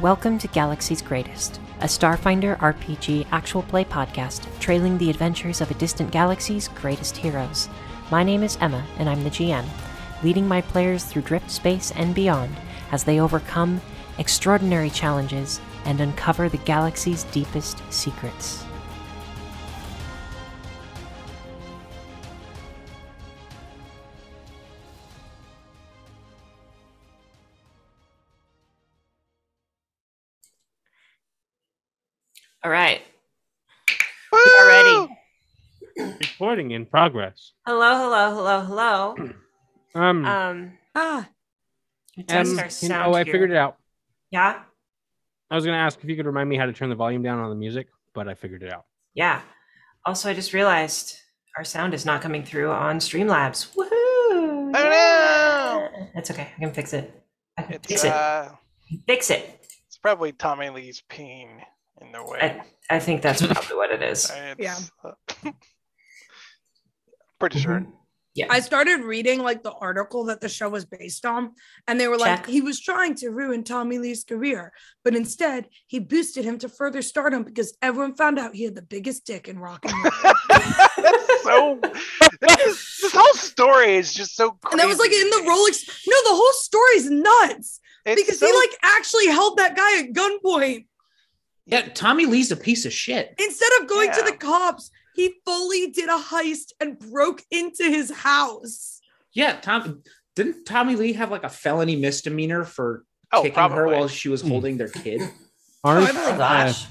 Welcome to Galaxy's Greatest, a Starfinder RPG actual play podcast trailing the adventures of a distant galaxy's greatest heroes. My name is Emma, and I'm the GM, leading my players through Drift Space and beyond as they overcome extraordinary challenges and uncover the galaxy's deepest secrets. All right. We're ready. Recording in progress. Hello, hello, hello, hello. Um, Uh, Um, Ah, we test and, our you know, sound I here. figured it out. Yeah, I was going to ask if you could remind me how to turn the volume down on the music, but I figured it out. yeah. Also, I just realized our sound is not coming through on Streamlabs. Woohoo! Oh no! That's okay. I can fix it. I can it's fix uh, it. Fix it. it's probably Tommy Lee's pain in the way. I, I think that's probably what it is. yeah. uh, pretty sure. Mm-hmm. Mm-hmm. I started reading like the article that the show was based on, and they were like, Check. he was trying to ruin Tommy Lee's career, but instead he boosted him to further stardom because everyone found out he had the biggest dick in rock and roll. That's so. This, this whole story is just so. Crazy. and that was like in the Rolex. No, the whole story's nuts It's because so- he like actually held that guy at gunpoint Yeah, Tommy Lee's a piece of shit. instead of going to Yeah. the cops. He fully did a heist and broke into his house. Yeah, Tom didn't Tommy Lee have like a felony misdemeanor for oh, kicking probably. her while she was holding their kid? Oh, Aren't, believe uh, Oh, Gosh.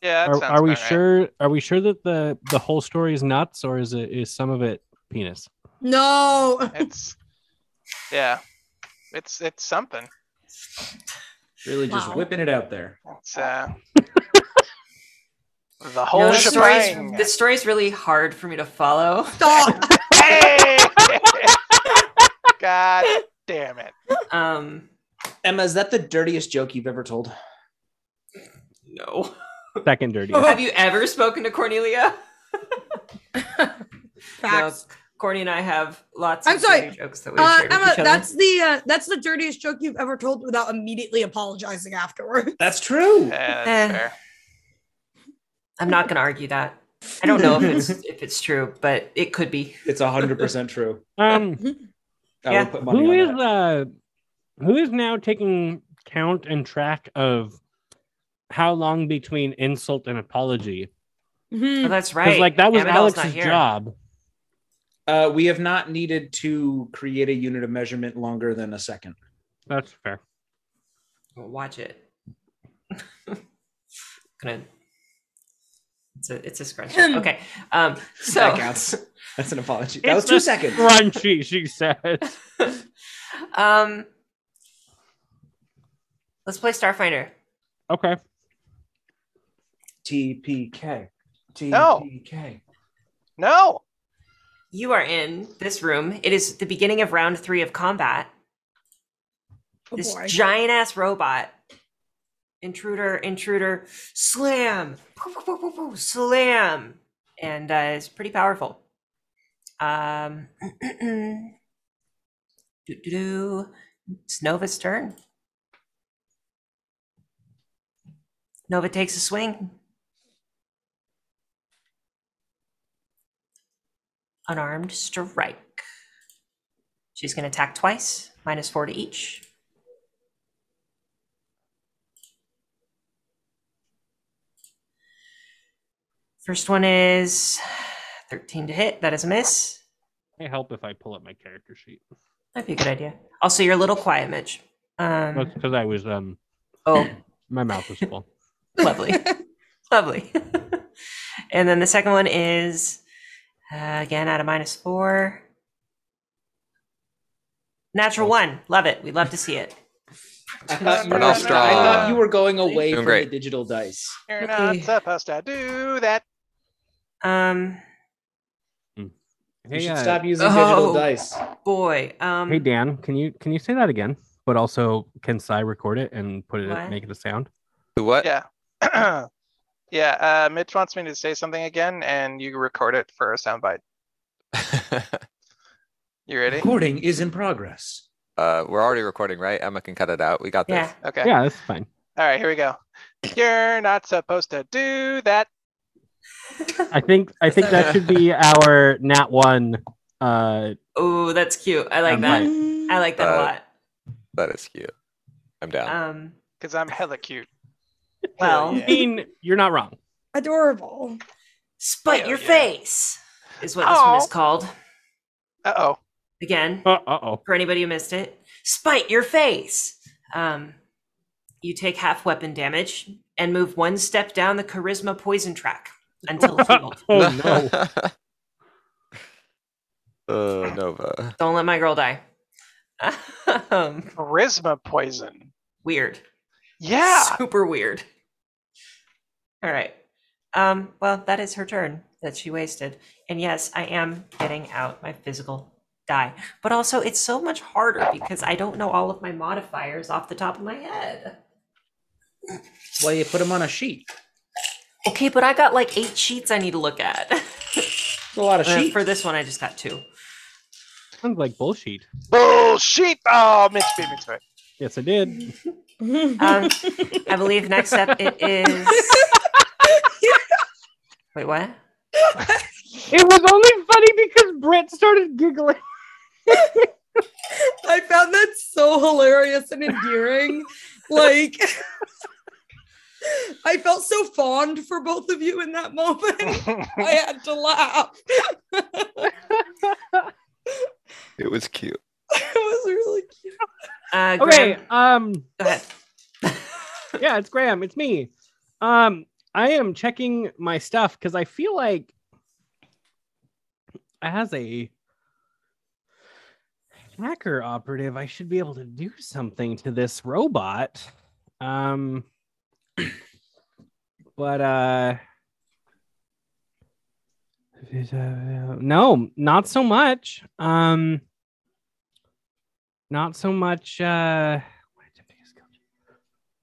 yeah. that are, sounds are we about right. sure? Are we sure that the the whole story is nuts, or is it is some of it penis? No, It's. Yeah. It's it's something. Really just Wow. whipping it out there. It's uh. the You know, whole this story's shebang. this story's really hard for me to follow. stop. Hey! God damn it! Um, Emma, is that the dirtiest joke you've ever told? no. Second dirty. Have you ever spoken to Cornelia? Facts. No, Corny and I have lots. I'm of sorry. dirty jokes that we Uh, share with Emma, each other. that's the uh, that's the dirtiest joke you've ever told without immediately apologizing afterward. That's true. Yeah, Eh. that's fair. I'm not going to argue that. I don't know if it's if it's true, but it could be. It's hundred percent true. Um, I Yeah. would put money who on is that. uh, who is now taking count and track of how long between insult and apology? Oh, Mhm. that's Because right. like that was Annabelle's not Alex's here. job. Uh, we have not needed to create a unit of measurement longer than a second. That's fair. Well, watch it. gonna. It's a it's a scrunch. Hmm. okay. Um. So. That counts. That's an apology. It's That was two just seconds. Crunchy, she said. um. Let's play Starfinder. Okay. TPK. No. TPK. No. You are in this room. It is the beginning of round three of combat. Oh, this boy. giant ass robot. Intruder, intruder, slam, Pow, pow, pow, pow, pow, slam. And uh, it's pretty powerful. Um, doo-doo-doo. it's Nova's turn. Nova takes a swing. Unarmed strike. She's going to attack twice, minus four to each. First one is 13 to hit. That is a miss. I help if I pull up my character sheet. That'd be a good idea. Also, you're a little quiet, Mitch. Um, That's because I was um oh, my mouth was full. lovely. lovely. and then the second one is, uh, again, at a minus four. Natural one. Love it. We love to see it. I thought, you were, We're not I strong. thought you were going away Doing from great. the digital dice. You're Okay. not supposed to do that. Um, You Hey, should uh, stop using Oh. digital dice. boy. Um, hey Dan, can you can you say that again? But also, can Cy record it and put it What? make it a sound? The What? Yeah. yeah. Uh, Mitch wants me to say something again, and you record it for a soundbite. You ready? Recording is in progress. uh, we're already recording, right? Emma can cut it out. We got this. yeah. Okay. Yeah, that's fine. All right, here we go. You're not supposed to do that. I think I think that should be our nat one. Uh, Oh, that's cute. I like Um, that. Mm, I like that Uh, oh. a lot. That is cute. I'm down. Um, Because I'm hella cute. Well. Hell I yeah. mean, you're not wrong. Mm, adorable. spite Hell your yeah. face is what this one Aw. is called. Uh-oh. Again, Uh oh. for anybody who missed it, spite your face. Um, you take half weapon damage and move one step down the charisma poison track until healed. Oh no. no. uh, Nova. Don't let my girl die. Um, Charisma poison. weird. Yeah. Super weird. All right. Um, well, that is her turn that she wasted. And yes, I am getting out my physical die. But also, it's so much harder because I don't know all of my modifiers off the top of my head. Well, you put them on a sheet. Okay, but I got like eight sheets I need to look at. It's a lot of Uh, sheets. For this one, I just got two. Sounds like bullshit. Bullshit. Oh, Mitch beat me to it. Yes, I did. Um, I believe next up it is. Wait, what? It was only funny because Brett started giggling. I found that so hilarious and endearing. like, I felt so fond for both of you in that moment. I had to laugh. It was cute. It was really cute. Uh, Okay. Graham, Um. go ahead. Yeah, it's Graham. It's me. Um. I am checking my stuff because I feel like as a hacker operative, I should be able to do something to this robot. Um. But uh. No, not so much. Um. Not so much. Uh.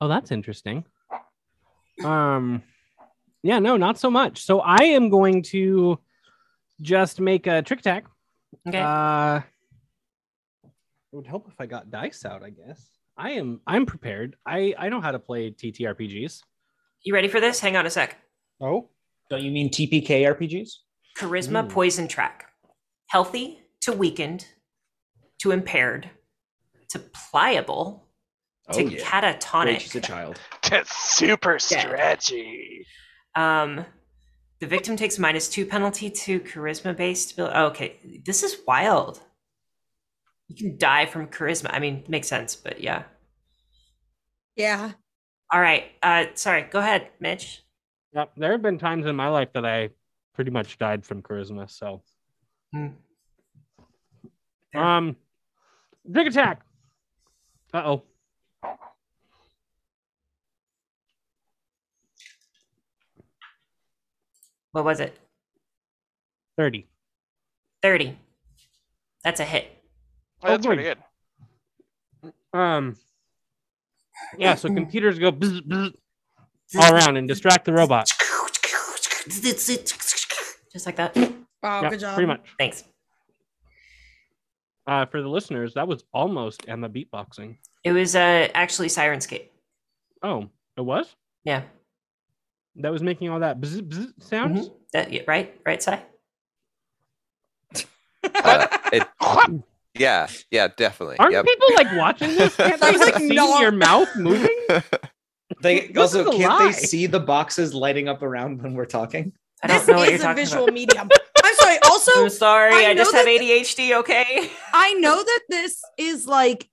Oh, that's interesting. Um, yeah, no, not so much. So I am going to just make a trick attack. Okay. Uh, it would help if I got dice out, I guess. I am. I'm prepared. I I know how to play TTRPGs. you ready for this? Hang on a sec. Oh, Don't you mean TPK RPGs? Charisma Ooh. poison track. Healthy to weakened to impaired to pliable to Wait, Oh, she's a catatonic. child. That's super stretchy. Um, the victim takes minus two penalty to charisma based. abil- oh, okay, this is wild. You can die from charisma. I mean, makes sense, but yeah. Yeah. All right. Uh, sorry. Go ahead, Mitch. yep. There have been times in my life that I pretty much died from charisma. So, Hmm. um, trick attack. Uh oh. What was it? Thirty. Thirty. That's a hit. Well, that's pretty boy. good. Um. Yeah. So computers go bzz, bzz, all around and distract the robot. Just like that. Wow. Yeah, good job. Pretty much. Thanks. Uh, for the listeners, that was almost Emma beatboxing. It was uh, actually Sirenscape. Oh, it was? Yeah. That was making all that bzz, bzz sounds? Mhm. That, yeah, right. Right. Sai. Uh, it, yeah, yeah, definitely. Aren't yep. people like watching this? Can't they I was like like, see no. your mouth moving? They This is also a can't lie. they see the boxes lighting up around when we're talking? I This don't know what you're is a talking visual about. medium. I'm sorry. Also, I'm sorry. I I, know just that have the- ADHD. Okay. I know that this is like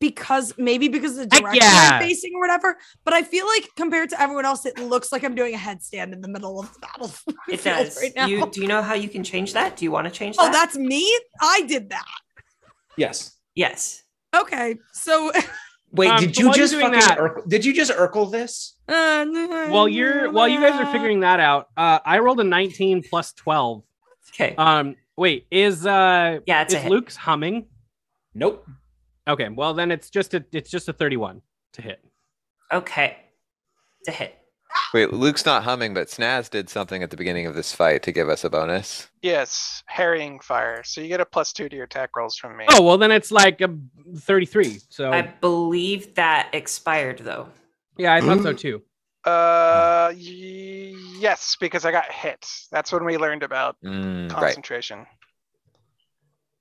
because maybe because of the Heck direction yeah. I'm facing or whatever, but I feel like compared to everyone else, it looks like I'm doing a headstand in the middle of the battle. It does. right now. You do you know how you can change that? Do you want to change that? oh, that's me? I did that. Yes. yes. Okay. So Wait, Um, did so you while you're just doing fucking that- Urkel, did you just Urkel this? uh, while you're while you guys are figuring that out, uh, I rolled a 19 plus 12. Okay. Um wait, is uh yeah, it's a is hit. Luke's humming? Nope. Okay, well then it's just a it's just a 31 to hit. Okay. It's a hit. Wait, Luke's not humming, but Snaz did something at the beginning of this fight to give us a bonus. Yes, harrying fire. So you get a plus two to your attack rolls from me. Oh well then it's like a 33. So I believe that expired though. Yeah, I thought so too. Uh, y- yes, because I got hit. That's when we learned about Mm, right. concentration.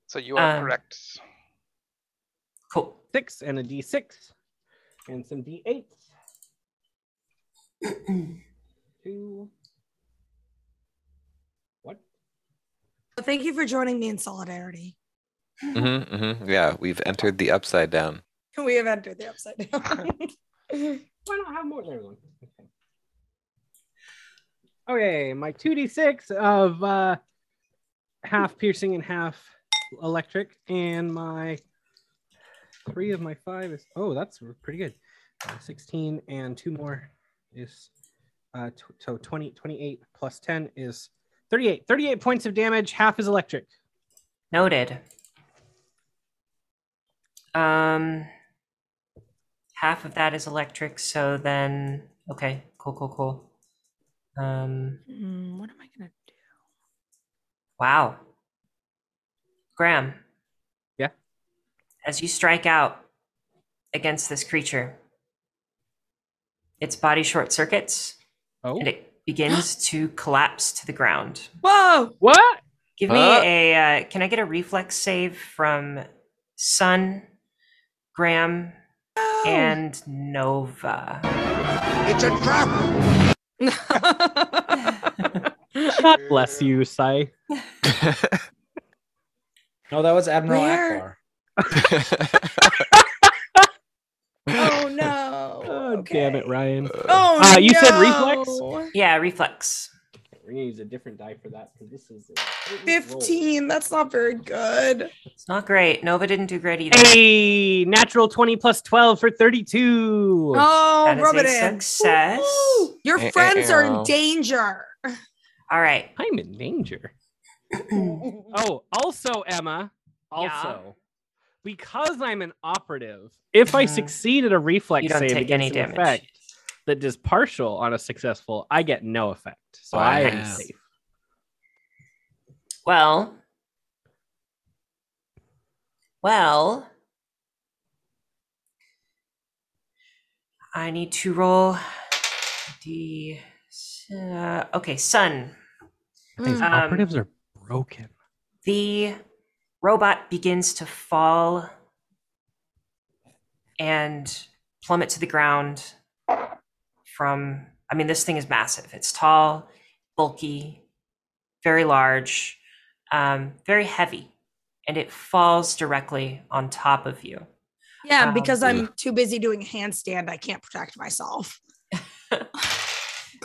So you are Um, correct. Cool. Six and a D6 and some D8s. Two. What? But thank you for joining me in solidarity. Mm-hmm, mm-hmm. Yeah, we've entered the upside down. We have entered the upside down. Why not have more than everyone? Okay. Oh, Okay, my 2d6 of uh, half piercing and half electric, and my three of my five is oh, that's pretty good. Uh, 16 and two more is uh, t- so 20, 28 plus 10 is 38. 38 points of damage, half is electric. Noted. Um, half of that is electric, so then okay, cool, cool, cool. Um, Hmm, what am I gonna do? wow. Graham. Yeah? As you strike out against this creature, its body short circuits Oh, and it begins to collapse to the ground. Whoa! what? Give me Uh. a. Uh, can I get a reflex save from Sun, Graham, Oh, and Nova? It's a trap. God bless you, Sai. Oh, No, that was Admiral Where- Akbar. oh no! Oh, damn it, Okay. Ryan. Oh, Uh, you said no. yeah, reflex. We're gonna use a different die for that because this is a- Fifteen. That's not very good. It's not great. Nova didn't do great either. Hey, natural 20 plus 12 for 32. Oh, That is rub a it in. success. Woo! Your Eh, eh, friends are eh, oh. in danger. All right. I'm in danger. Oh, also, Emma, also, because I'm an operative, if I Mhm. succeed at a reflex you don't save take any against an damage. effect that does partial on a successful, I get no effect. So I am Wow. safe. Well, well, I need to roll d. Uh, okay, Sun. These Mm. Uh, Um, operatives are broken. The robot begins to fall and plummet to the ground from I mean this thing is massive. It's tall, bulky, very large, um, very heavy, and it falls directly on top of you. Yeah, Um, because I'm too busy doing a handstand, I can't protect myself.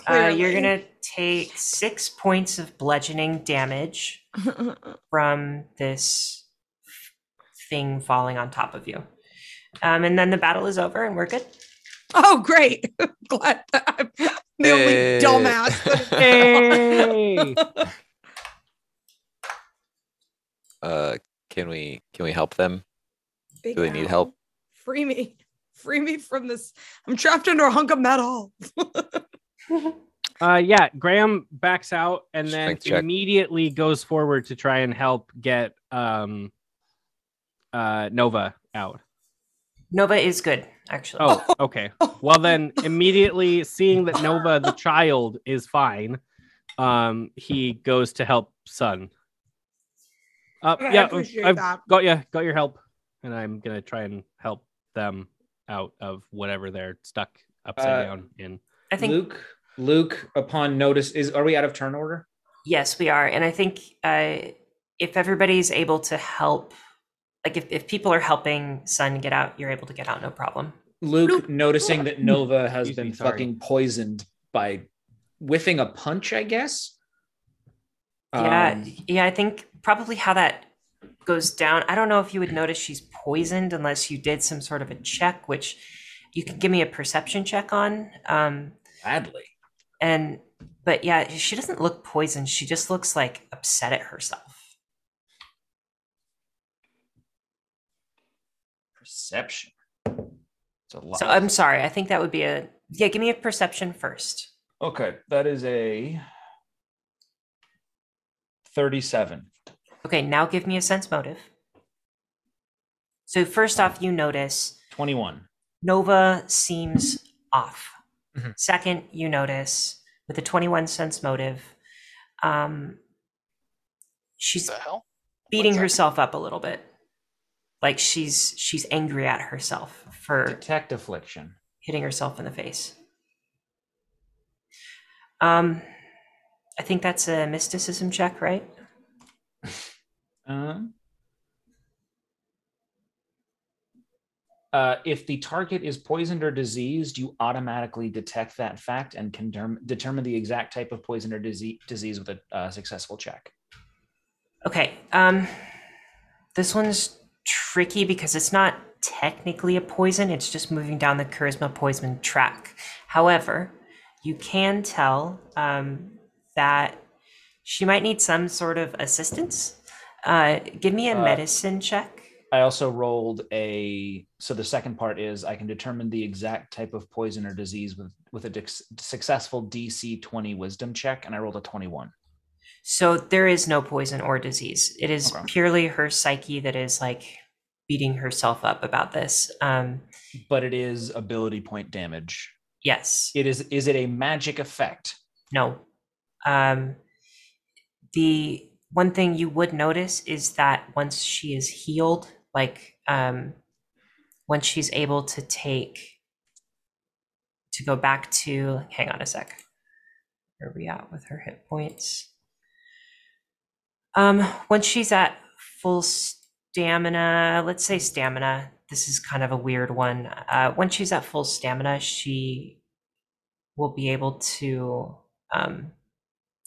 Uh, you're Clearly. gonna take six points of bludgeoning damage All from this thing falling on top of you. Um, and then the battle is over and we're good. Oh, great. Glad that I'm the only Hey. dumbass. that- Hey! uh, can we can we help them? Big Do they need help? Al, Free me. Free me from this. I'm trapped under a hunk of metal. Uh, yeah, Graham backs out and then Strength check. immediately goes forward to try and help get um, uh, Nova out. Nova is good, actually. Oh, okay. Well, then immediately seeing that Nova, the child, is fine, um, he goes to help Sun. Uh, Okay, I yeah, appreciate I've that. got you. Got your help, and I'm gonna try and help them out of whatever they're stuck upside Uh, down in. I think Luke. Luke, upon notice, is are we out of turn order? yes, we are, and I think uh, if everybody's able to help, like if, if people are helping Sun get out, you're able to get out, no problem. Luke, Luke. noticing that Nova has Excuse me, been sorry. fucking poisoned by whiffing a punch, I guess. yeah, Um, yeah, I think probably how that goes down. I don't know if you would notice she's poisoned unless you did some sort of a check, which you can give me a perception check on. Um, gladly. and but yeah, she doesn't look poisoned. She just looks like upset at herself. Perception. It's a lot. So I'm sorry. I think that would be a yeah. Give me a perception first. okay, that is a thirty-seven. Okay, now give me a sense motive. So first off, you notice 21. Nova seems off. Mhm. Second, you notice with the 21 cents motive, um, she's the hell? beating that? herself up a little bit. Like she's she's angry at herself for Detect affliction. hitting herself in the face. Um, I think that's a mysticism check, right? Um, uh, if the target is poisoned or diseased, you automatically detect that fact and can derm- determine the exact type of poison or disease, disease with a uh, successful check. Okay. Um, this one's tricky because it's not technically a poison, it's just moving down the charisma poison track. However, you can tell um, that she might need some sort of assistance. Uh, give me a Uh, medicine check. I also rolled a. So the second part is I can determine the exact type of poison or disease with with a dex- successful DC twenty Wisdom check, and I rolled a twenty one. So there is no poison or disease. It is Okay. purely her psyche that is like beating herself up about this. Um, But it is ability point damage. yes. It is. Is it a magic effect? No. Um, the one thing you would notice is that once she is healed, like um, once she's able to take, to go back to, hang on a sec. Where are we at with her hit points? Um, once she's at full stamina, let's say stamina. This is kind of a weird one. Uh, once she's at full stamina, she will be able to um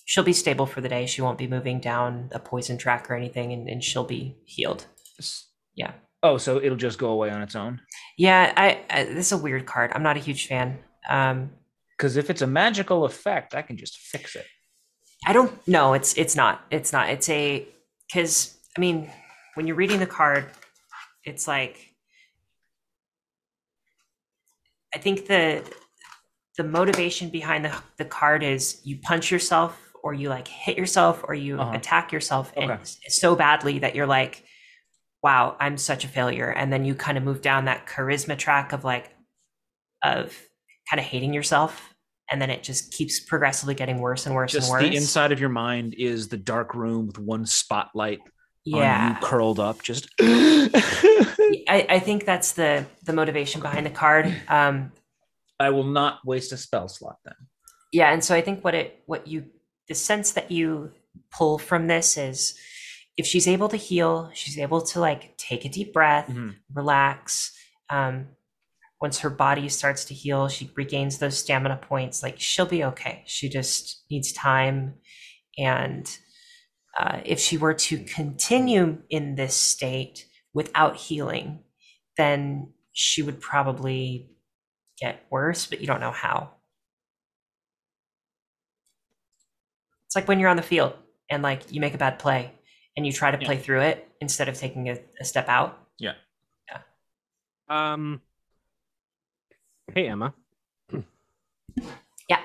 she'll be stable for the day she won't be moving down a poison track or anything and, and she'll be healed S- Yeah. Oh, so it'll just go away on its own. yeah i, I this is a weird card i'm not a huge fan um Because if it's a magical effect, I can just fix it. i don't no it's it's not it's not it's a because i mean when you're reading the card it's like i think the the motivation behind the, the card is you punch yourself or you like hit yourself or you Uh-huh. attack yourself and Okay. s- so badly that you're like wow i'm such a failure and then you kind of move down that charisma track of like of kind of hating yourself and then it just keeps progressively getting worse and worse Just and worse the inside of your mind is the dark room with one spotlight on yeah you curled up. Just I, I think that's the the motivation behind the card. Um, I will not waste a spell slot then. yeah, and so I think what it what you the sense that you pull from this is if she's able to heal, she's able to like take a deep breath, Mhm. relax. Um, once her body starts to heal, she regains those stamina points. Like she'll be okay. She just needs time. And uh, if she were to continue in this state without healing, then she would probably get worse, but you don't know how. It's like when you're on the field and like you make a bad play and you try to Yeah. play through it instead of taking a, a step out. Um. Hey Emma. Yeah.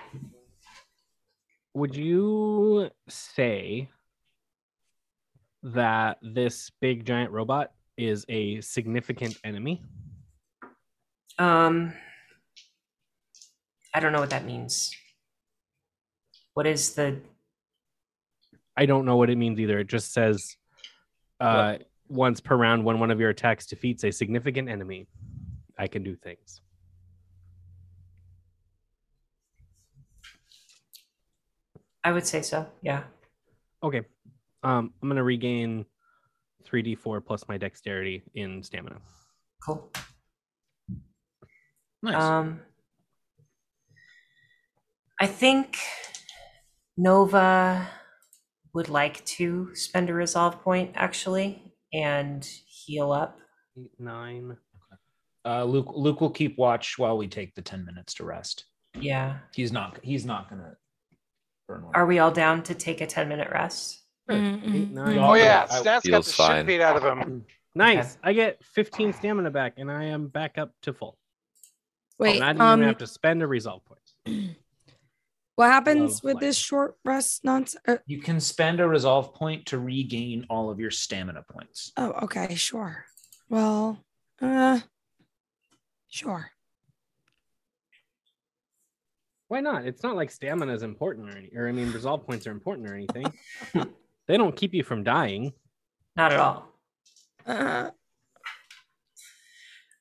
Would you say that this big giant robot is a significant enemy? Um, I don't know what that means. What is the I don't know what it means either. It just says uh, once per round when one of your attacks defeats a significant enemy, I can do things. I would say so. Yeah. Okay. Um, I'm gonna regain 3d4 plus my dexterity in stamina. Cool. Nice. Um, I think Nova would like to spend a resolve point actually and heal up. Eight, nine. uh, Luke Luke will keep watch while we take the ten minutes to rest. Yeah. He's not. He's not gonna burn one. Are we all down to take a 10 minute rest? Eight, Mm-mm. nine. Oh yeah, I- Snat's got Feels the fine. shit beat out of him. Nice. I get 15 stamina back and I am back up to full. Oh, Wait, and I didn't um, even have to spend a resolve point. what happens Love with life. this short rest nonsense? Uh, You can spend a resolve point to regain all of your stamina points. oh, okay, sure. Well, uh, sure. Why not? It's not like stamina is important or, any, or I mean, resolve points are important or anything. they don't keep you from dying. Not at all. Uh,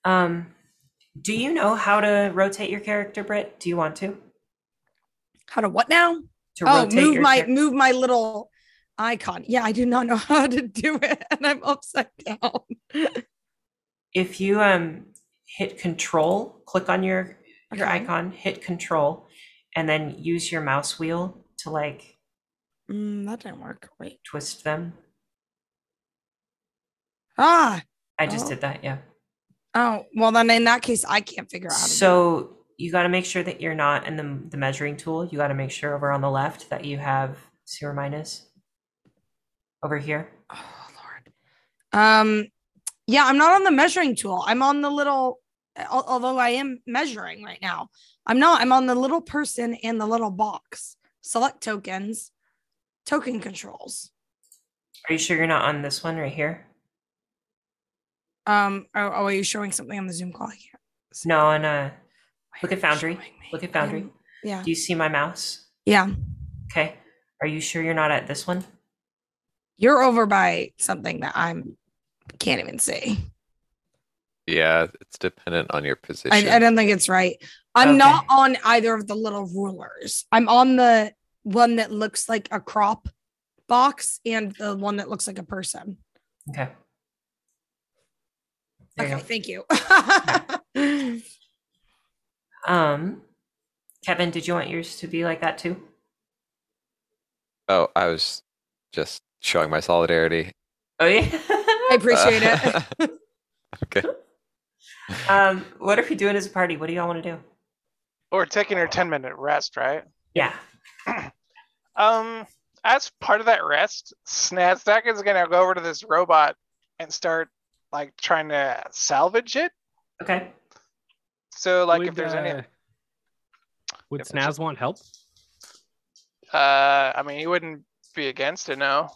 Um, do you know how to rotate your character, Britt? Do you want to? how to what now? To Oh, rotate move your my char- move my little icon. Yeah, I do not know how to do it, and I'm upside down. If you um hit control, click on your your Okay. icon, hit control, and then use your mouse wheel to like Mm, that didn't work. Wait. twist them. Ah. I just Oh. did that, yeah. Oh well, then in that case, I can't figure out. How to do it. So you got to make sure that you're not in the the measuring tool. You got to make sure over on the left that you have zero minus over here. Oh Lord. Um. Yeah, I'm not on the measuring tool. I'm on the little. al- Although I am measuring right now, I'm not. I'm on the little person and the little box. Select tokens. Token controls. Are you sure you're not on this one right here? Um. Oh, oh are you showing something on the Zoom call? I can't. No, on uh, Why Look are at you Foundry. showing me? look at Foundry. I'm- yeah. Do you see my mouse? Yeah. Okay. Are you sure you're not at this one? You're over by something that I'm can't even see. Yeah, it's dependent on your position. I, I don't think it's right. I'm Okay. not on either of the little rulers. I'm on the one that looks like a crop box and the one that looks like a person. Okay. There you Okay, go. thank you. Um, Kevin, did you want yours to be like that too? oh, I was just showing my solidarity. Uh, Oh yeah. I appreciate it. okay. um, what are we doing as a party? What do y'all want to do? Or taking her ten minute rest, right? Yeah. Um, as part of that rest, Snazdak is gonna go over to this robot and start like trying to salvage it. Okay. So like if Would, there's any, uh, would if there's- Snaz want help? uh, I mean, he wouldn't be against it, no.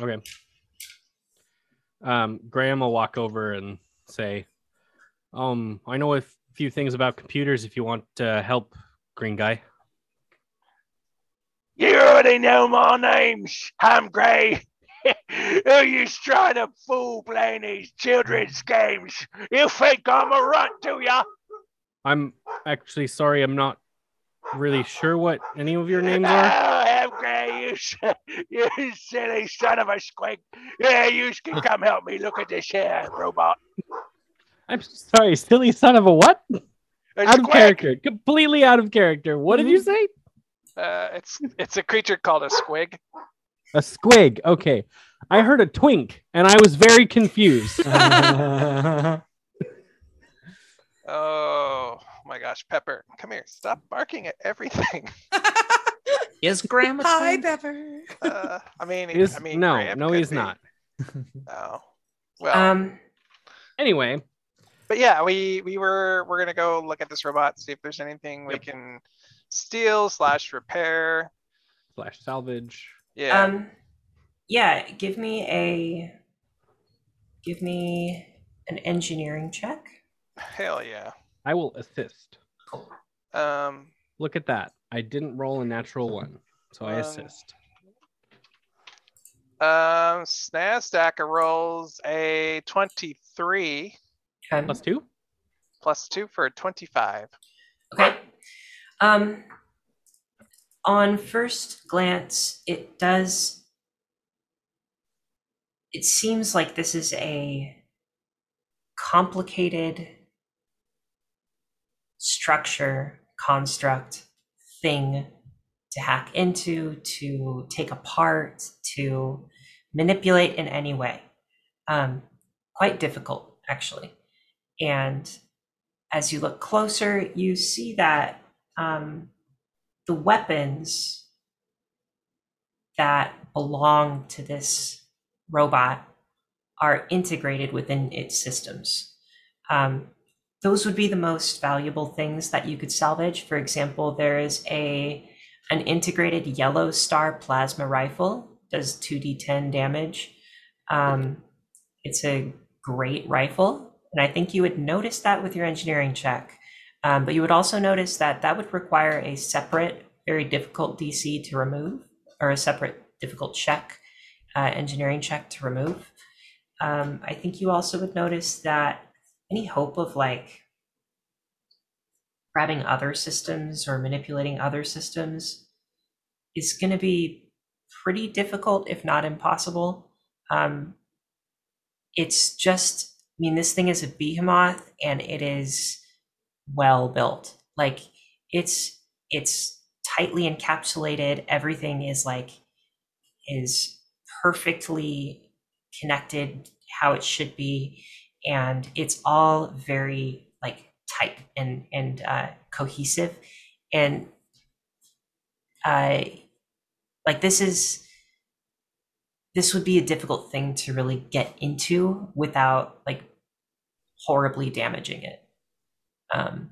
Okay. Um, Graham will walk over and say, "Um, I know a few things about computers. If you want uh, help, Green Guy." You already know my name's I'm Gray. Who you trying to fool playing these children's games? You think I'm a runt, do ya? I'm actually sorry. I'm not really sure what any of your names oh, are. I'm Gray, you, si- you silly son of a squig. Yeah, you can come help me look at this here robot. I'm sorry, silly son of a what? A Out of squig. Mm-hmm. character, completely out of character. What did you say? Uh, it's it's a creature called a squig. A squig. Okay, I heard a twink, and I was very confused. Oh my gosh, Pepper, come here. Stop barking at everything. Is Graham a Hi, twin? Pepper. Uh, I mean, Is- I mean, no, Graham no, could he's be. not. No. Oh, Well, Um, Anyway, but yeah, we we were we're gonna go look at this robot, see if there's anything we Yep. can steal slash repair. flash salvage. Yeah. um, yeah. Give me a. Give me an engineering check. Hell yeah. I will assist. Um. Look at that. I didn't roll a natural one, so I Um, assist. Um. Snazdacker rolls a twenty-three Okay. Plus two. plus two for a twenty-five. Okay. Um, on first glance, it does. It seems like this is a complicated structure, construct, thing to hack into, to take apart, to manipulate in any way. Um, quite difficult, actually. And as you look closer, you see that um, the weapons that belong to this robot are integrated within its systems. Um, those would be the most valuable things that you could salvage. For example, there is a an integrated yellow star plasma rifle does 2d10 damage. Um, it's a great rifle. And I think you would notice that with your engineering check. Um, but you would also notice that that would require a separate, very difficult DC to remove, or a separate difficult check, uh, engineering check to remove. Um, I think you also would notice that any hope of like grabbing other systems or manipulating other systems is going to be pretty difficult, if not impossible. Um, it's just, I mean, this thing is a behemoth and it is well built. Like it's it's tightly encapsulated. Everything is like is perfectly connected how it should be, and it's all very like tight and and uh, cohesive, and uh, like this is this would be a difficult thing to really get into without like horribly damaging it um,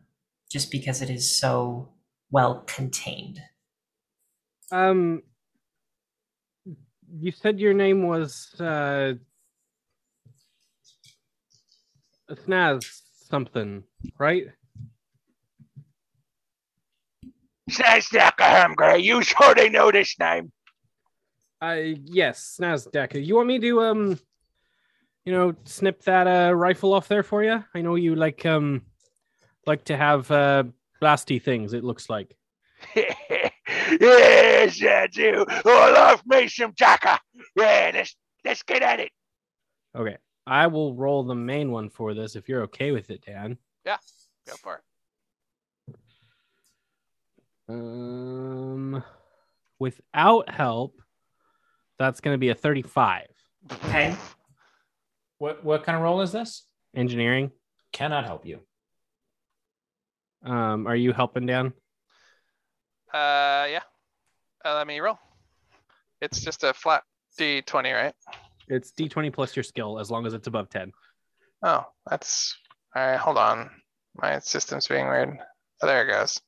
just because it is so well contained. Um, you said your name was uh, Snaz something, right? Says Ham Gray. You sure they know this name? Uh, yes, Snaz Decker. You want me to um, you know, snip that uh rifle off there for you? I know you like um, like to have uh blasty things. It looks like. yes, I do. I love me some Jacka. Yeah, let's let's get at it. Okay, I will roll the main one for this if you're okay with it, Dan. Go for it. Um, without help, that's going to be a 35 Okay. What what kind of role is this? engineering. Cannot help you. Um, are you helping Dan? Uh, yeah. Uh, let me roll. It's just a flat d20, right? It's D20 plus your skill as long as it's above 10. Oh, that's all right. Hold on, my system's being weird. Oh, there it goes.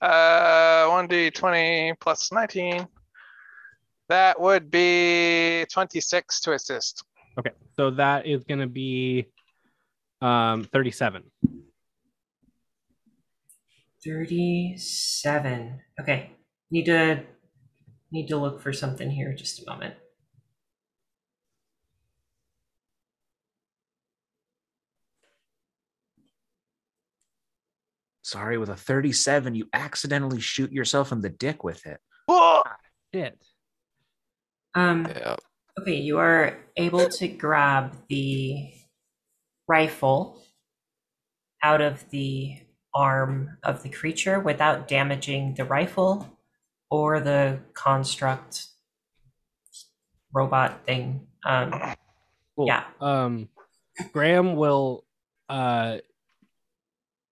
Uh, one d twenty plus nineteen. That would be twenty-six to assist. Okay, so that is going to be um 37. 37. Okay. Need to need to look for something here just a moment. Sorry, with a 37, you accidentally shoot yourself in the dick with it. Whoa! Shit. Um Yeah. okay, you are able to grab the rifle out of the arm of the creature without damaging the rifle or the construct robot thing. Um Cool. Yeah. Um, Graham will uh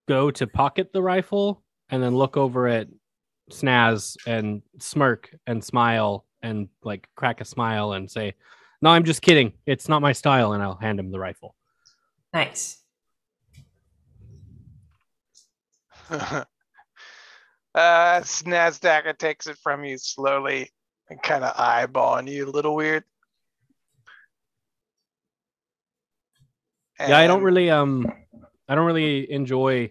go to pocket the rifle and then look over at Snaz and smirk and smile and like crack a smile and say, "No, I'm just kidding. It's not my style." And I'll hand him the rifle. nice. uh, Snazdaka takes it from you slowly and kind of eyeballing you a little weird. Yeah, I don't And- really um, I don't really enjoy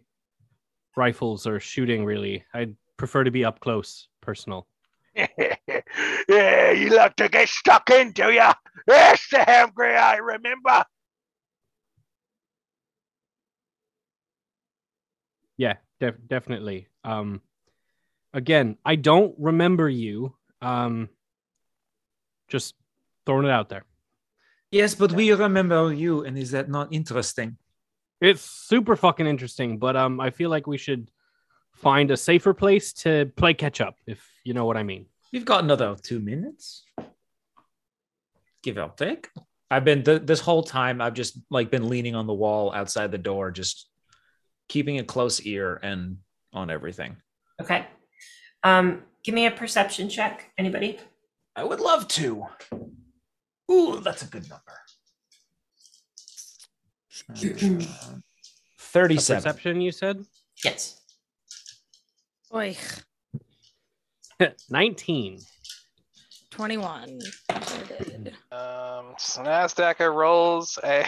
rifles or shooting. Really, I prefer to be up close, personal. yeah, you like to get stuck in, do ya? Yes, the Ham Gray, I remember. Yeah, def- definitely. Um, again, I don't remember you. Um, just throwing it out there. Yes, but we remember you, and is that not interesting? It's super fucking interesting, but um, I feel like we should find a safer place to play catch up, if you know what I mean. We've got another two minutes. Give or take. I've been th- this whole time. I've just like been leaning on the wall outside the door, just keeping a close ear and on everything. Okay. Um, give me a perception check, anybody? I would love to. Ooh, that's a good number. A Thirty-seven. perception, you said. Yes. Oy, Nineteen. 21. Good. Um, so Nasdaq rolls a.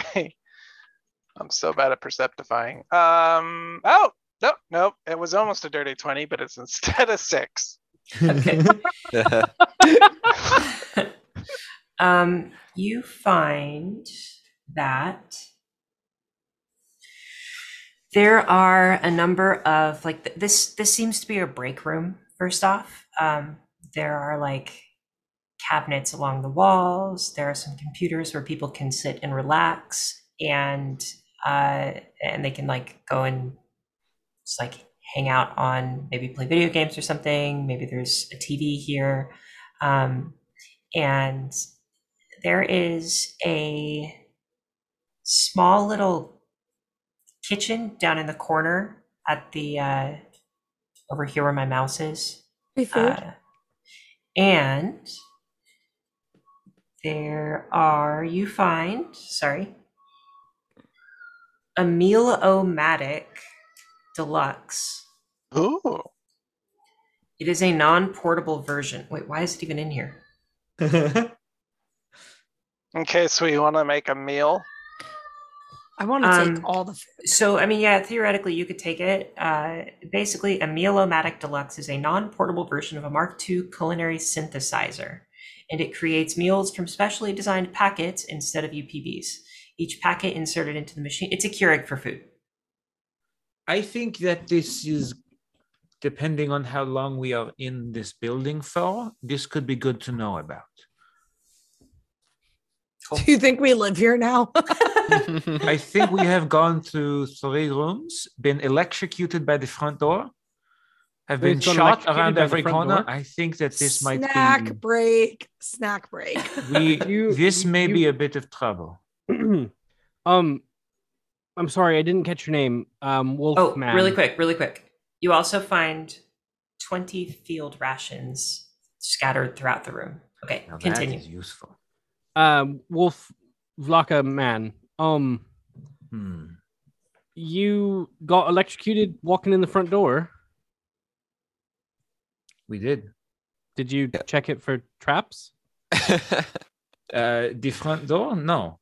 I'm so bad at perceptifying. Um, oh, Nope, nope. It was almost a dirty 20, but it's instead a six. Okay. um, you find that there are a number of like th- this. This seems to be a break room. First off, um, there are like cabinets along the walls. There are some computers where people can sit and relax, and uh, and they can like go and just like hang out on maybe play video games or something. Maybe there's a TV here. Um, and there is a small little kitchen down in the corner at the uh, over here where my mouse is. Free food. Uh, and there are, you find, sorry, a meal o Deluxe. Ooh. It is a non portable version. Wait, why is it even in here? In case we want to make a meal. I want to Um, take all the food. So, I mean, yeah, theoretically, you could take it. Uh, basically, a Meal-O-Matic Deluxe is a non-portable version of a Mark II culinary synthesizer, and it creates meals from specially designed packets instead of UPBs. Each packet inserted into the machine. It's a Keurig for food. I think that this is depending on how long we are in this building for, this could be good to know about. Do you think we live here now? I think we have gone through three rooms, been electrocuted by the front door, have been We've gone shot electrocuted around by the every front corner. door? I think that this might snack be break. Snack break. we, You- this you- may you- be a bit of trouble. um, I'm sorry, I didn't catch your name. Um, Wolf. Oh, really quick, really quick. You also find 20 field rations scattered throughout the room. Okay, Now continue. that is useful. Um, Wolf Vlaka man. Um, Hmm. you got electrocuted walking in the front door. We did. Did you Yeah. check it for traps? Uh, the front door? No.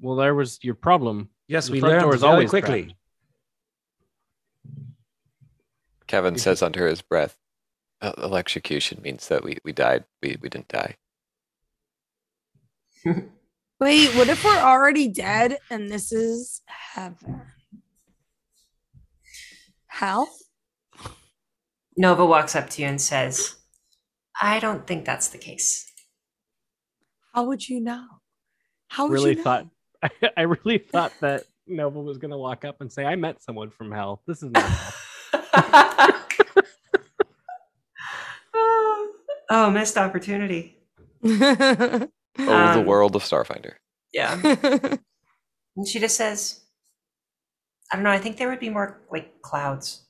Well, there was your problem. Yes, The we front learned door is very always quickly. trapped. Kevin says under his breath, "E- "Electrocution means that we, we died. We we didn't die." Wait, what if we're already dead and this is heaven? Hell? Nova walks up to you and says, I don't think that's the case. How would you know? How would Really you know? thought- I, really thought that Nova was gonna walk up and say, "I met someone from hell." This is not. hell." oh, missed opportunity. Oh, the Um, world of Starfinder. Yeah. And she just says, I don't know. I think there would be more like clouds.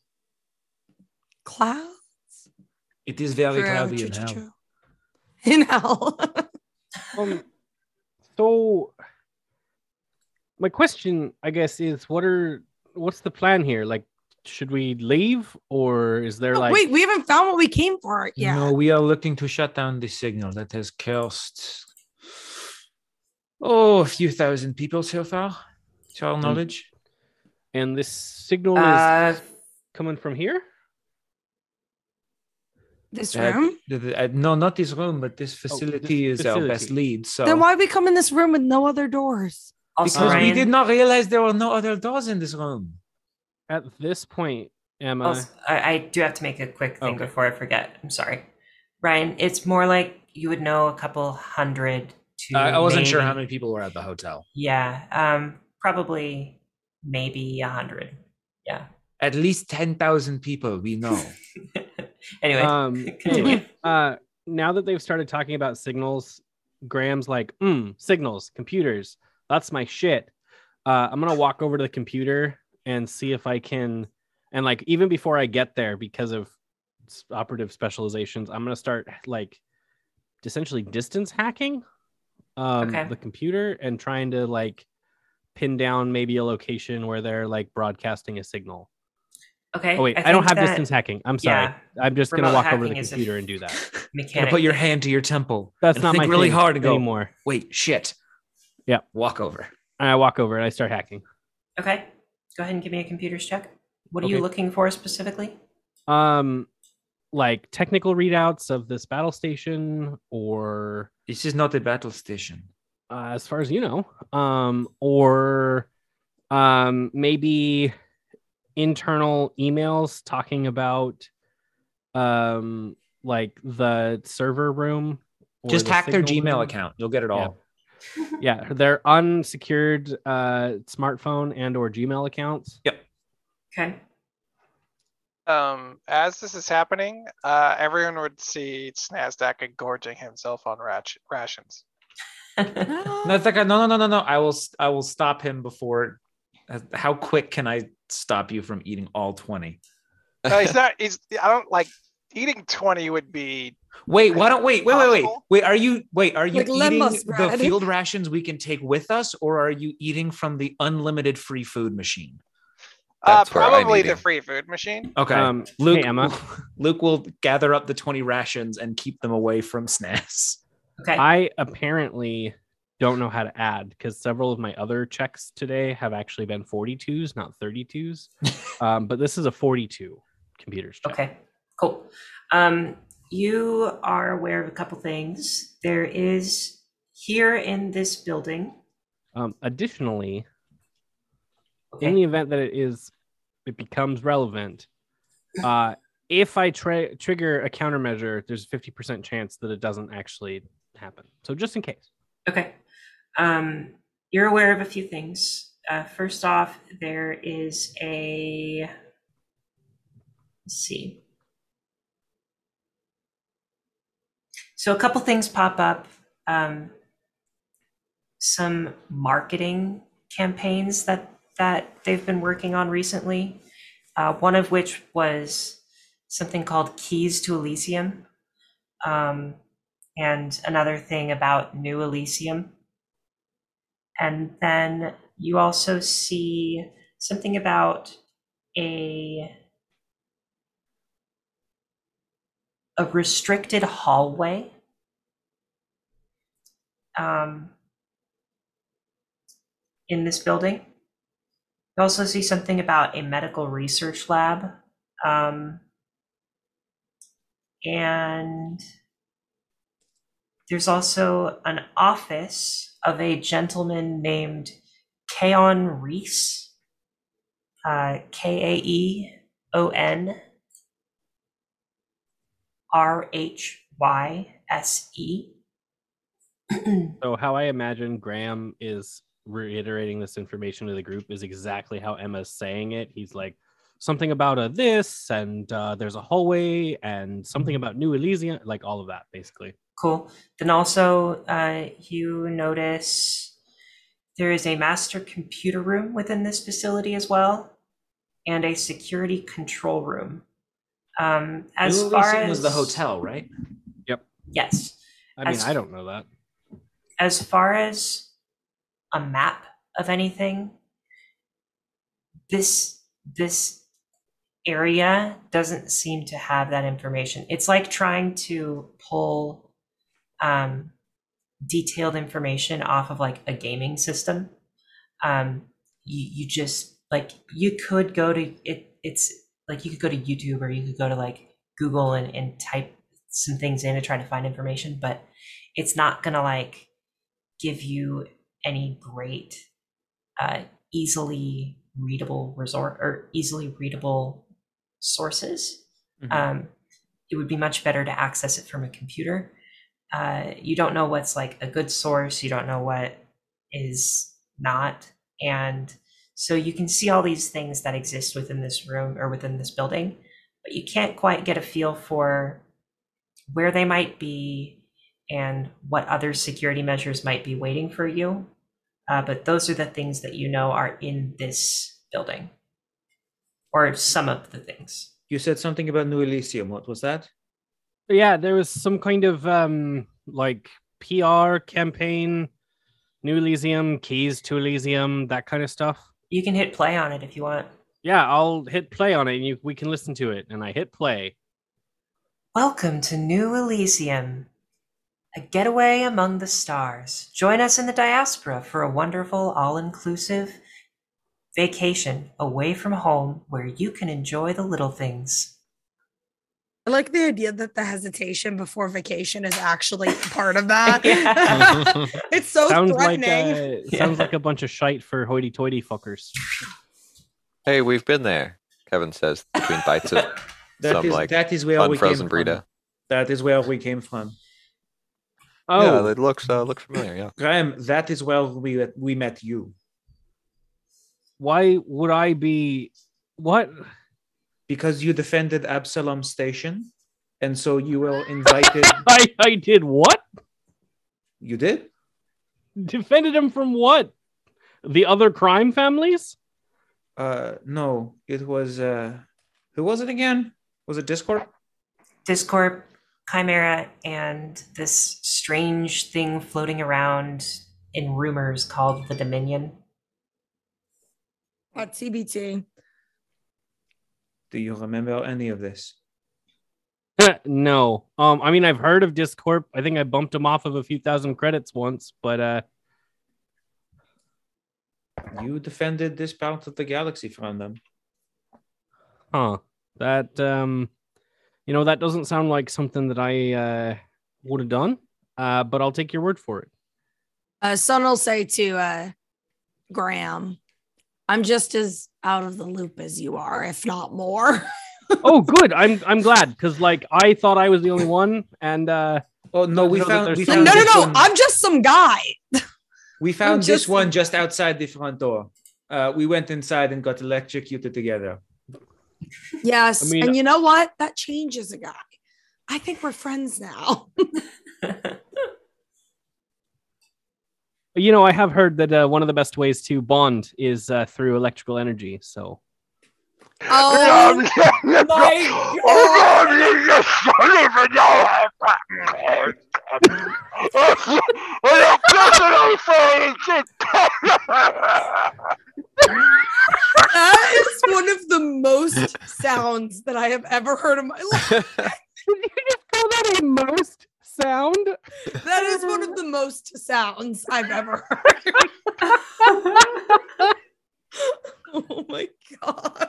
Cloud? It is very True, cloudy true, in true, hell. true. In hell. Um, so, my question, I guess, is what are what's the plan here? Like, should we leave, or is there like Oh, Wait, we haven't found what we came for yet. No, we are looking to shut down the signal that has cursed oh a few thousand people so far, to our knowledge. and this signal is Uh, coming from here? This Uh, room? The- the- uh, no, not this room, but Oh, this facility is our best facility. lead. So Then why we come in this room with no other doors? also, because we Ryan, did not realize there were no other doors in this room. At this point, Emma. also- I, I do have to make a quick thing Okay. before I forget. I'm sorry. Ryan, it's more like you would know a couple hundred to. I I wasn't sure how maybe- many people were at the hotel. Yeah. Um, probably maybe a hundred. Yeah. At least ten thousand people we know. anyway, um, continue. uh, now that they've started talking about signals, Graham's like, mm, signals, computers. That's my shit. Uh, I'm gonna walk over to the computer and see if I can, and like even before I get there, because of s- operative specializations, I'm gonna start like essentially distance hacking um, Okay. the computer and trying to like pin down maybe a location where they're like broadcasting a signal. Okay. Oh wait, I, don't think have that- distance hacking. I'm sorry. Yeah, I'm just gonna remote walk over to hacking the is a computer and do that. Gonna mechanic. put your hand to your temple. That's and not think my really thing hard and go. anymore. Wait, shit. Yeah. Walk over. And I walk over and I start hacking. Okay. Go ahead and give me a computer's check. What are you Okay. looking for specifically? Um, like technical readouts of this battle station, or This is not a battle station. uh, as far as you know, um, or um, maybe internal emails talking about um, like the server room. or just the hack their signal Gmail room. account. You'll get it all. Yeah, their unsecured uh, smartphone and or Gmail accounts. Okay. Um, as this is happening, uh, everyone would see Snazdak engorging himself on rat- rations. No, it's like, no, no, no, no, no. I will, I will stop him before. uh, How quick can I stop you from eating all twenty? No, he's not. He's. I don't like eating twenty. Would be Wait, why don't wait, wait, wait, wait, Possible? wait? Are you wait? Are you Like eating lemmas the bread. field rations we can take with us, or are you eating from the unlimited free food machine? uh, That's where I'm probably the eating. free food machine. Okay, Um, Luke. hey, Emma. Luke will gather up the twenty rations and keep them away from Snaz. Okay. I apparently don't know how to add because several of my other checks today have actually been 42s, not 32s. um, but this is a 42 computers check. Okay, cool. Um, you are aware of a couple things. There is here in this building. Um, additionally, in Okay. the event that it is, it becomes relevant. Uh, if I tra- trigger a countermeasure, there's a 50% chance that it doesn't actually happen. So just in case. Okay. Um, you're aware of a few things. Uh, first off, there is a. Let's see. So a couple things pop up. Um, some marketing campaigns that that they've been working on recently. Uh, one of which was something called Keys to Elysium, um, and another thing about New Elysium. And then you also see something about a a restricted hallway. Um, in this building. You also see something about a medical research lab. Um, and there's also an office of a gentleman named Kaon Reese, uh, K A E O N R H Y S E. So, how I imagine Graham is reiterating this information to the group is exactly how Emma's saying it. He's like, something about a this, and uh, there's a hallway, and something about New Elysium, like all of that, basically. Cool. Then also, uh, you notice there is a master computer room within this facility as well, and a security control room. Um, as New far Elysium as was the hotel, right? yes, I mean, As- I don't know that. as far as a map of anything, this this area doesn't seem to have that information. It's like trying to pull um, detailed information off of like a gaming system. Um, you, you just like you could go to it. It's like you could go to YouTube or you could go to like Google and, and type some things in to try to find information, but it's not gonna like give you any great uh, easily readable resort or easily readable sources. Mhm. Um, it would be much better to access it from a computer. Uh, you don't know what's like a good source. You don't know what is not, and so you can see all these things that exist within this room or within this building, but you can't quite get a feel for where they might be and what other security measures might be waiting for you. Uh, but those are the things that you know are in this building, or some of the things. You said something about New Elysium. What was that? But yeah, there was some kind of um, like PR campaign, New Elysium, keys to Elysium, that kind of stuff. You can hit play on it if you want. Yeah, I'll hit play on it and you, we can listen to it. And I hit play. Welcome to New Elysium, a getaway among the stars. Join us in the diaspora for a wonderful, all inclusive Vacation away from home where you can enjoy the little things. I like the idea that the hesitation before vacation is actually part of that. Yeah. it's so sounds like threatening. uh, Yeah. sounds like a bunch of shite for hoity-toity fuckers. Hey, we've been there, Kevin says between bites of That Some, is- like, that is where we came unfrozen from. burrito. That is where we came from. Yeah, Oh, it looks uh, looks familiar. Yeah. Graham, that is where we we met you why would I be? What? because you defended Absalom Station, and so you were invited. I I did what? you did. Defended him from what? The other crime families? Uh, no, it was uh, who was it again? Was it Discord? Discord, Chimera, and this strange thing floating around in rumors called the Dominion. But TBT. Do you remember any of this? no. Um, I mean, I've heard of Discorp. I think I bumped him off of a few thousand credits once, but uh, You defended this part of the galaxy from them. huh? That um, you know, that doesn't sound like something that I uh would have done. Uh, but I'll take your word for it. Uh, Son will say to uh, Graham, I'm just as out of the loop as you are, if not more. oh, good. I'm I'm glad because like I thought I was the only one, and uh, Oh no, we No, that found there's we like, found some- no, no, this no. one- I'm just some guy. we found this just- one just outside the front door. Uh, we went inside and got electrocuted together. Yes. I mean- uh and you know what? That changes a guy. I think we're friends now. you know, I have heard that uh, one of the best ways to bond is uh, through electrical energy. So Oh, my that is one of the most sounds that I have ever heard in my life. did you just call that a most sound? That is one of the most sounds I've ever heard. Oh my god.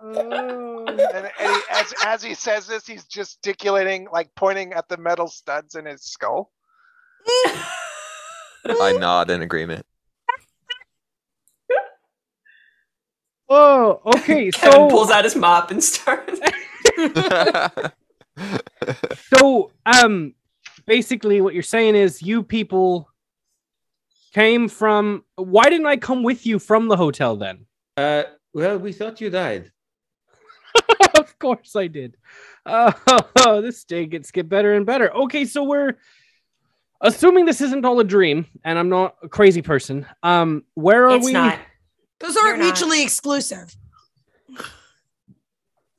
And, and he, as, as he says this, he's gesticulating, like pointing at the metal studs in his skull. I nod in agreement. Oh, okay. Kevin So pulls out his mop and starts. so um, basically, what you're saying is you people came from. Why didn't I come with you from the hotel then? Uh, well, we thought you died. of course I did. Uh, this day gets get better and better. Okay, so we're assuming this isn't all a dream, and I'm not a crazy person. Um, where are It's we? not. Those You're aren't not. mutually exclusive.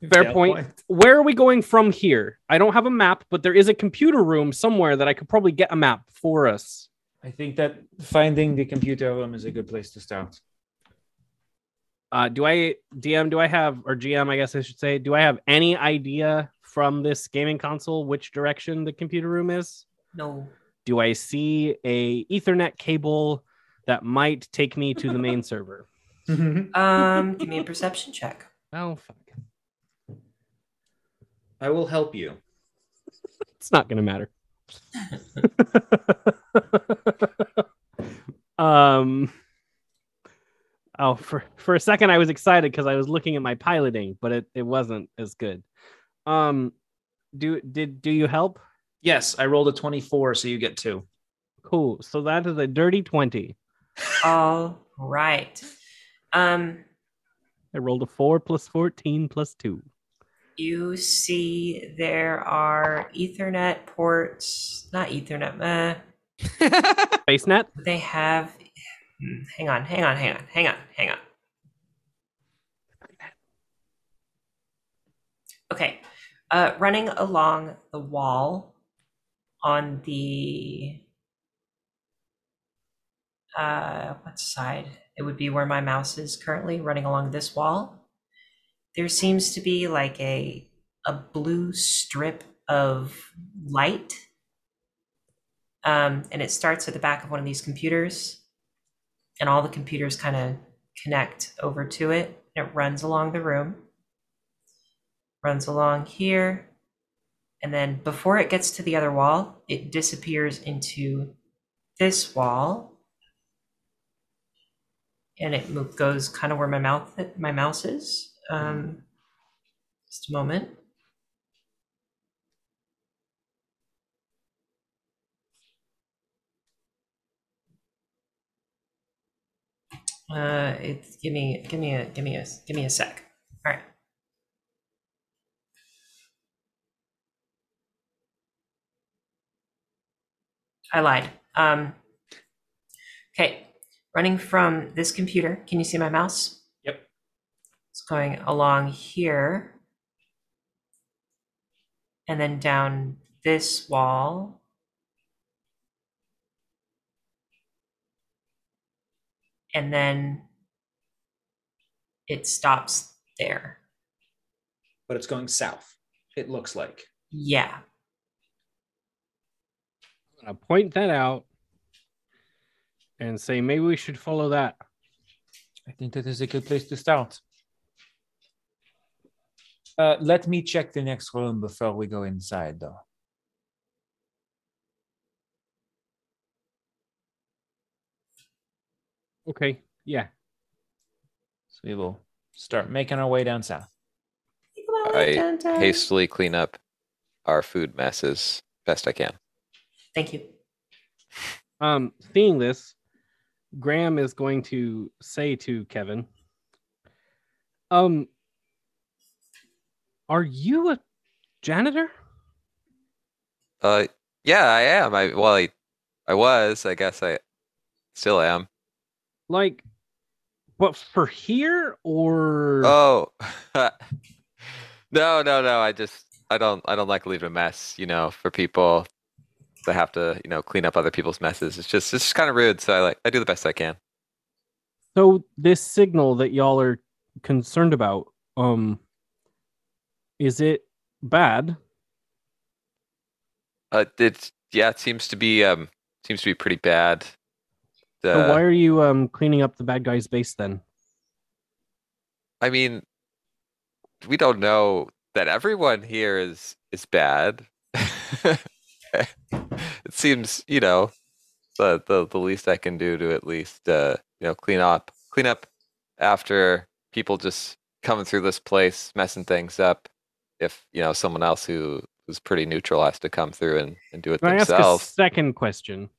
Fair Yeah, point. Where are we going from here? I don't have a map, but there is a computer room somewhere that I could probably get a map for us. I think that finding the computer room is a good place to start. Uh, do I DM? Do I have or GM? I guess I should say. Do I have any idea from this gaming console which direction the computer room is? No. do I see a Ethernet cable that might take me to the main server? Mm-hmm. Um, give me a perception check. Oh fuck. I will help you. It's not gonna matter. um Oh, for, for a second I was excited because I was looking at my piloting, but it, it wasn't as good. Um do did do you help? Yes, I rolled a 24, so you get two. Cool. So that is a dirty 20. All right. Um, I rolled a four plus 14 plus two. you see there are Ethernet ports, not Ethernet. Uh, Uh-huh. Spacenet? they have. Hmm, Hang on, hang on, hang on, hang on, hang on. Okay, uh, running along the wall on the uh, what side? It would be where my mouse is currently running along this wall. There seems to be like a a blue strip of light um, and it starts at the back of one of these computers and all the computers kind of connect over to it. And it runs along the room, runs along here, and then before it gets to the other wall, it disappears into this wall. And it move, goes kind of where my mouth my mouse is. Um, just a moment. Uh, it's give me give me a give me a give me a sec. All right. I lied. Um, okay, running from this computer. Can you see my mouse? Yep. It's going along here, and then down this wall. and then it stops there. but it's going south. It looks like. Yeah. I'm gonna point that out and say maybe we should follow that. I think that is a good place to start. Uh, let me check the next room before we go inside, though. Okay. Yeah. So we will start making our way down south. I hastily clean up our food messes best I can. Thank you. Um, seeing this, Graham is going to say to Kevin, "Um, are you a janitor? Uh, yeah, I am. I well, I, I was. I guess I still am. Like, but for here or Oh, no, no, no. I just I don't I don't like leaving a mess. You know, for people that have to you know clean up other people's messes. It's just it's just kind of rude. So I like I do the best I can. so this signal that y'all are concerned about? Um, is it bad? Uh, it's yeah. It seems to be um seems to be pretty bad. So The- why are you um cleaning up the bad guy's base then? I mean, we don't know that everyone here is is bad. it seems, you know, the, the the least I can do to at least uh, you know clean up clean up after people just coming through this place messing things up. If you know someone else who was pretty neutral has to come through and, and do it Can I ask a themselves. second question?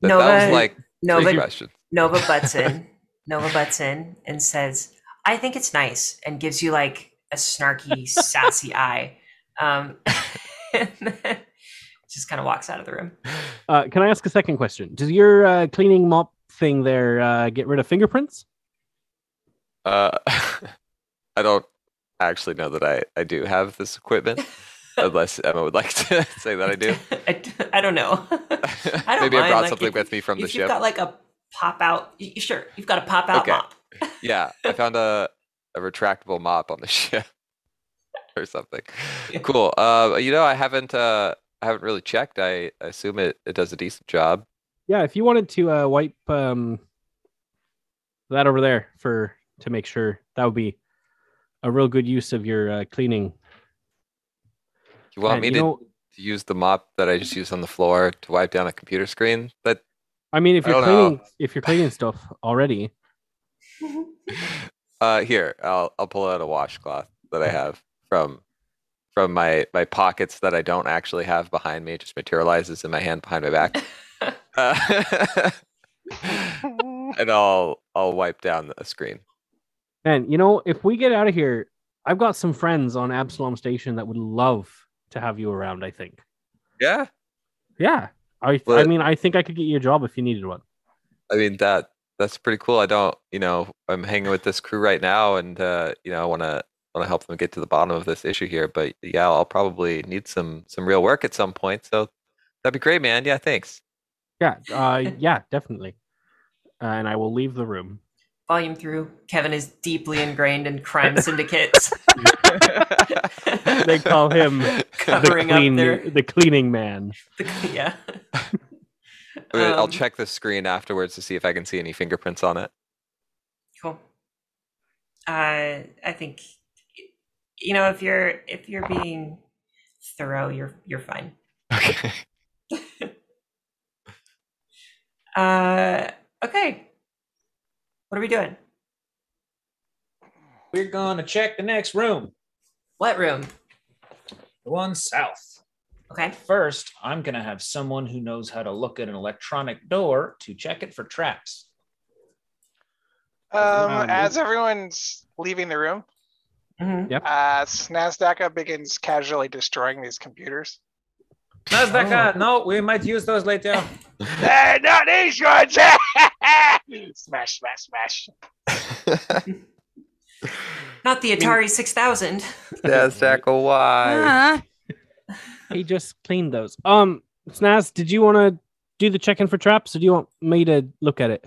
That, No, that but- was like Nova three questions. Nova butts in. Nova butts in and says, "I think it's nice," and gives you like a snarky, sassy eye, um, and then just kind of walks out of the room. Uh, can I ask a second question? Does your uh, cleaning mop thing there uh, get rid of fingerprints? Uh, I don't actually know that I, I do have this equipment, unless Emma would like to say that I do. I, I don't know. I don't Maybe I mind, brought like, something if- with me from the if you've ship. got like a pop out, y- y- sure, you've got a pop out Okay. mop. Yeah, I found a, a retractable mop on the ship or something. Yeah. Cool. Uh, you know, I haven't uh, I haven't really checked. I assume it, it does a decent job. Yeah, if you wanted to uh, wipe um, that over there for to make sure, that would be a real good use of your uh, cleaning. You want And me you to know, use the mop that I just used on the floor to wipe down a computer screen? That I mean, if I you're don't know. cleaning, if you're cleaning stuff already, Uh, here, I'll I'll pull out a washcloth that I have from from my my pockets that I don't actually have behind me. It just materializes in my hand behind my back. Uh, and I'll I'll wipe down the screen. and you know, if we get out of here, I've got some friends on Absalom Station that would love to have you around. I think. Yeah, Yeah, I. I But- mean, I think I could get you a job if you needed one. I mean that that's pretty cool. I don't, you know, I'm hanging with this crew right now, and uh, you know, I want to want to help them get to the bottom of this issue here. But yeah, I'll probably need some some real work at some point. So that'd be great, man. Yeah, thanks. Yeah, uh, yeah, definitely. Uh, and I will leave the room. Volume through. Kevin is deeply ingrained in crime syndicates. They call him Covering the, up clean, their- the cleaning man. yeah. I mean, I'll Um, check the screen afterwards to see if I can see any fingerprints on it. Cool. uh, I think you know if you're if you're being thorough, you're you're fine. Okay. Uh, okay, what are we doing? We're gonna check the next room, What room? the one south. Okay. First, I'm gonna have someone who knows how to look at an electronic door to check it for traps. Oh, Um, Around as you. everyone's leaving the room, Mhm. uh, Snazdaka begins casually destroying these computers. Oh. Nazdaka, no, we might use those later. Hey, not these ones! smash, smash, smash. Not the Atari Six Thousand. Dazzle, Uh, why? He just cleaned those. Um, Snaz, did you want to do the check-in for traps, or do you want me to look at it?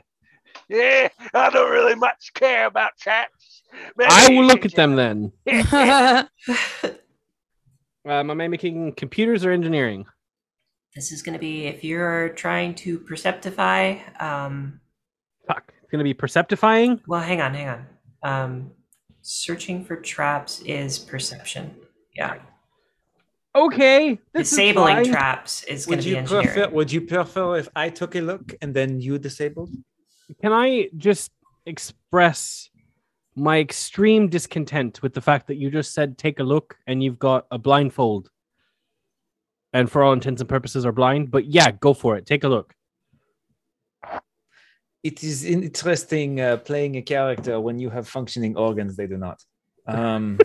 Yeah, I don't really much care about traps. I will look at them then. I Um, am I making computers or engineering? This is going to be if you're trying to perceptify. Um, Fuck, it's gonna be perceptifying. well, hang on, hang on. Um, searching for traps is perception. Yeah, Okay, this is disabling fine. traps is going Would to be you engineering. prefer? Would you prefer if I took a look and then you disabled? Can I just express my extreme discontent with the fact that you just said take a look and you've got a blindfold, and for all intents and purposes are blind. But yeah, go for it. Take a look. It is in- interesting uh, playing a character when you have functioning organs. They do not. Um,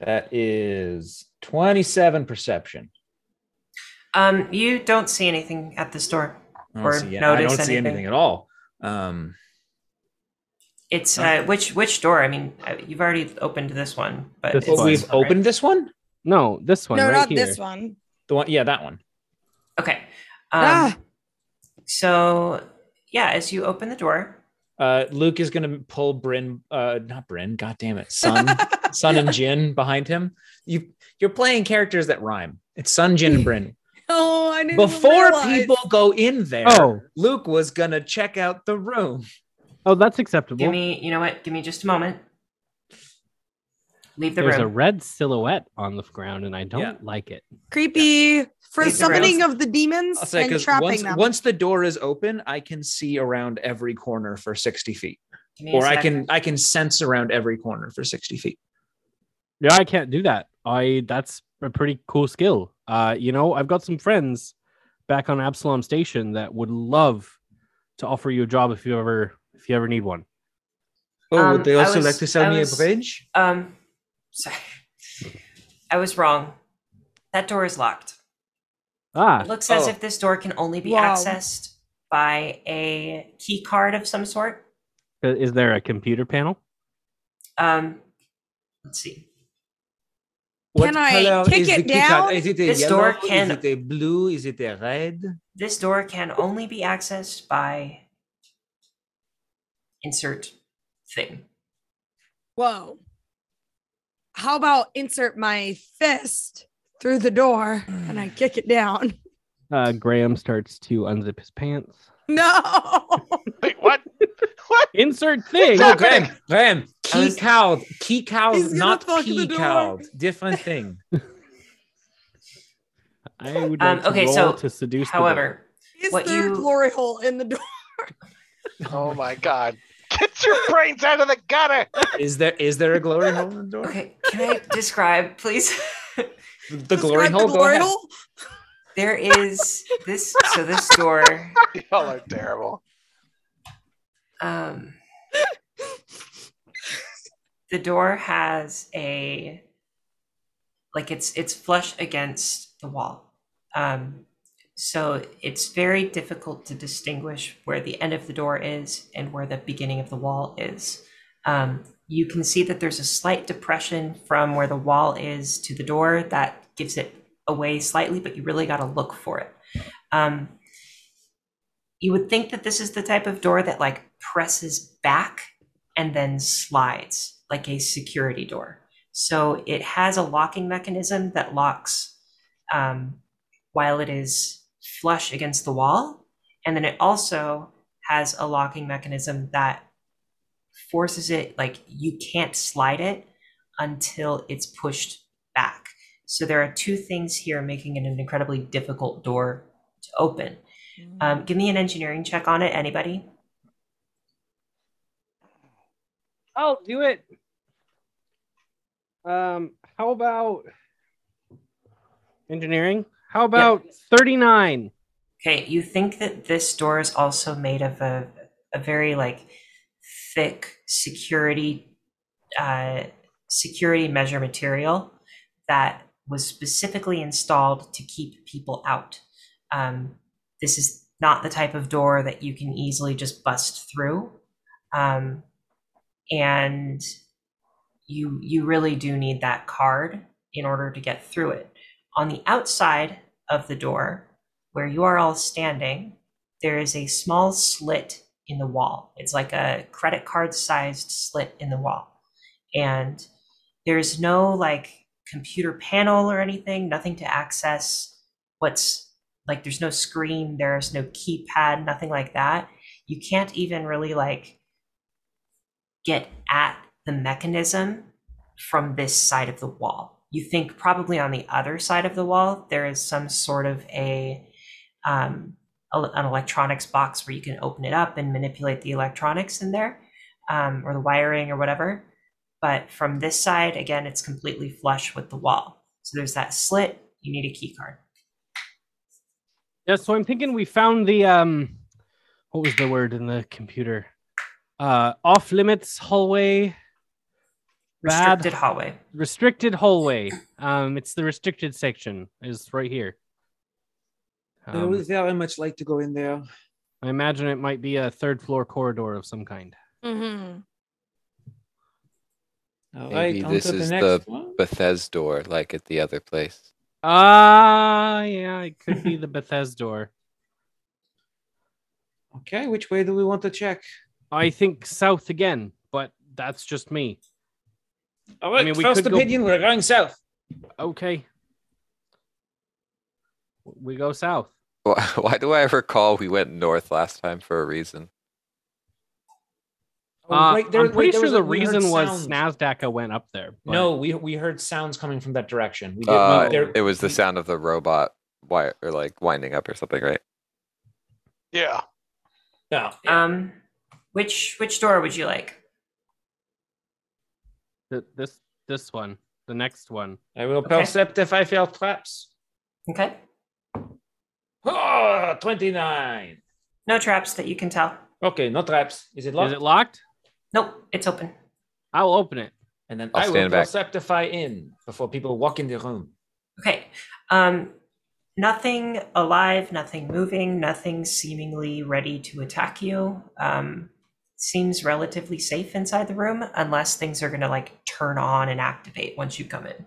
that is twenty-seven perception. um, you don't see anything at this door. I Or don't, see, I notice don't see anything. anything at all. Um, It's uh, which which door? I mean, uh, you've already opened this one, but This it's but one. we've this one, right? opened this one. No, this one. no, right not here. this one. The one, yeah, that one. Okay. Um, Ah. So yeah, as you open the door, Uh, Luke is gonna pull Bryn, uh, not Bryn. God damn it, Sun, Sun and Jin behind him. You you're playing characters that rhyme. It's Sun, Jin, and Bryn. Oh, I didn't even Before realize. people go in there, Oh. Luke was gonna check out the room. Oh, that's acceptable. give me you know what? Give me just a moment. Leave the There's a room. red silhouette on the ground, and I don't Yeah. like it. creepy for Creepy summoning of the demons I'll say and 'cause trapping once them. once the door is open, I can see around every corner for sixty feet, Give me a or I second. can I can sense around every corner for sixty feet. Yeah, I can't do that. I that's a pretty cool skill. Uh, you know, I've got some friends back on Absalom Station that would love to offer you a job if you ever if you ever need one. Oh, Um, would they I also was- like to sell I me was- a bridge? Um, sorry, I was wrong. That door is locked. Ah, It looks as Oh. if this door can only be Wow. accessed by a key card of some sort. is there a computer panel? Um, let's see. Can I kick it key card? down? Is it a This yellow? door can- Is it a blue? Is it a red? This door can only be accessed by insert thing. Whoa. How about insert my fist through the door and I kick it down? Uh, Graham starts to unzip his pants. No. Wait, what? what? Insert thing. What's No, happening? Graham, Graham, I key was- card, key He's card, gonna not fuck the key door. card. Different thing. I would Um, like to okay, roll so, to seduce. the door. However, Is What there a you- glory hole in the door? Oh my god. Get your brains out of the gutter. Is there is there a glory hole in the door? okay, can I describe, please? The, the glory Describe hole. The go glory ahead. hole? there is this. So this door. Y'all are terrible. Um, the door has a like it's it's flush against the wall. Um, so it's very difficult to distinguish where the end of the door is and where the beginning of the wall is. Um, you can see that there's a slight depression from where the wall is to the door that gives it away slightly, but you really got to look for it. Um, you would think that this is the type of door that like presses back and then slides like a security door. So it has a locking mechanism that locks um, while it is flush against the wall. And then it also has a locking mechanism that forces it like you can't slide it until it's pushed back. So there are two things here making it an incredibly difficult door to open. Um, give me an engineering check on it, anybody? I'll do it. Um, how about engineering? How about 39? Okay, you think that this door is also made of a, a very like thick security uh, security measure material that was specifically installed to keep people out. Um, this is not the type of door that you can easily just bust through, um, and you you really do need that card in order to get through it. On the outside of the door, where you are all standing, there is a small slit in the wall. It's like a credit card sized slit in the wall. And there's no like computer panel or anything, nothing to access what's like there's no screen, there's no keypad, nothing like that. You can't even really like get at the mechanism from this side of the wall. You think probably on the other side of the wall there is some sort of a um, el- an electronics box where you can open it up and manipulate the electronics in there um, or the wiring or whatever. But from this side, again, it's completely flush with the wall. So there's that slit. You need a key card. Yeah, so I'm thinking we found the um what was the word in the computer? Uh off limits hallway Bad. Restricted hallway. restricted hallway. Um it's the restricted section is right here. I Um, would very much like to go in there. I imagine it might be a third floor corridor of some kind. Mm-hmm. All right, Maybe on this to the is next the one. Bethesda door, like at the other place. Ah, yeah, it could be the Bethesda door. Okay, which way do we want to check? I think south again, but that's just me. All right, mean, we first could go- opinion, we're going south. Okay. We go south. Why, why do I recall we went north last time for a reason? Oh, Uh, right, there- I'm wait, pretty there sure was a- the we heard reason was sounds. Snazdaka went up there. but- No, we we heard sounds coming from that direction. We did. Uh, we, there, it was the we- sound of the robot wire or like winding up or something, right? Yeah. No, Ah, Um, which which door would you like? Th- this this one, the next one. I will Okay. percept if I feel traps. Okay, Oh, 29. no traps that you can tell. Okay, no traps. Is it Is locked? it locked? Nope, it's open. I'll open it. and then I'll I will stand back. perceptify in before people walk in the room. Okay. Um, nothing alive, nothing moving, nothing seemingly ready to attack you. Um, seems relatively safe inside the room, unless things are gonna like turn on and activate once you come in.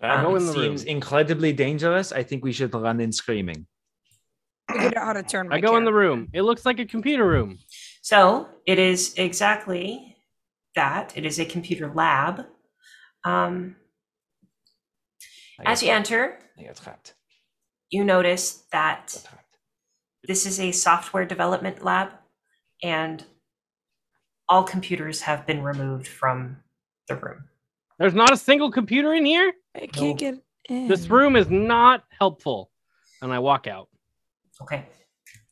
That Go in the Ah, seems room. incredibly dangerous. I think we should run in screaming. Figured out how to turn. My I go in the camera. room. It looks like a computer room. So it is exactly that. It is a computer lab. Um, I got as you trapped. enter, I got trapped. you notice that Got trapped. this is a software development lab and all computers have been removed from the room There's not a single computer in here. I can't get in. This room is not helpful. And I walk out. okay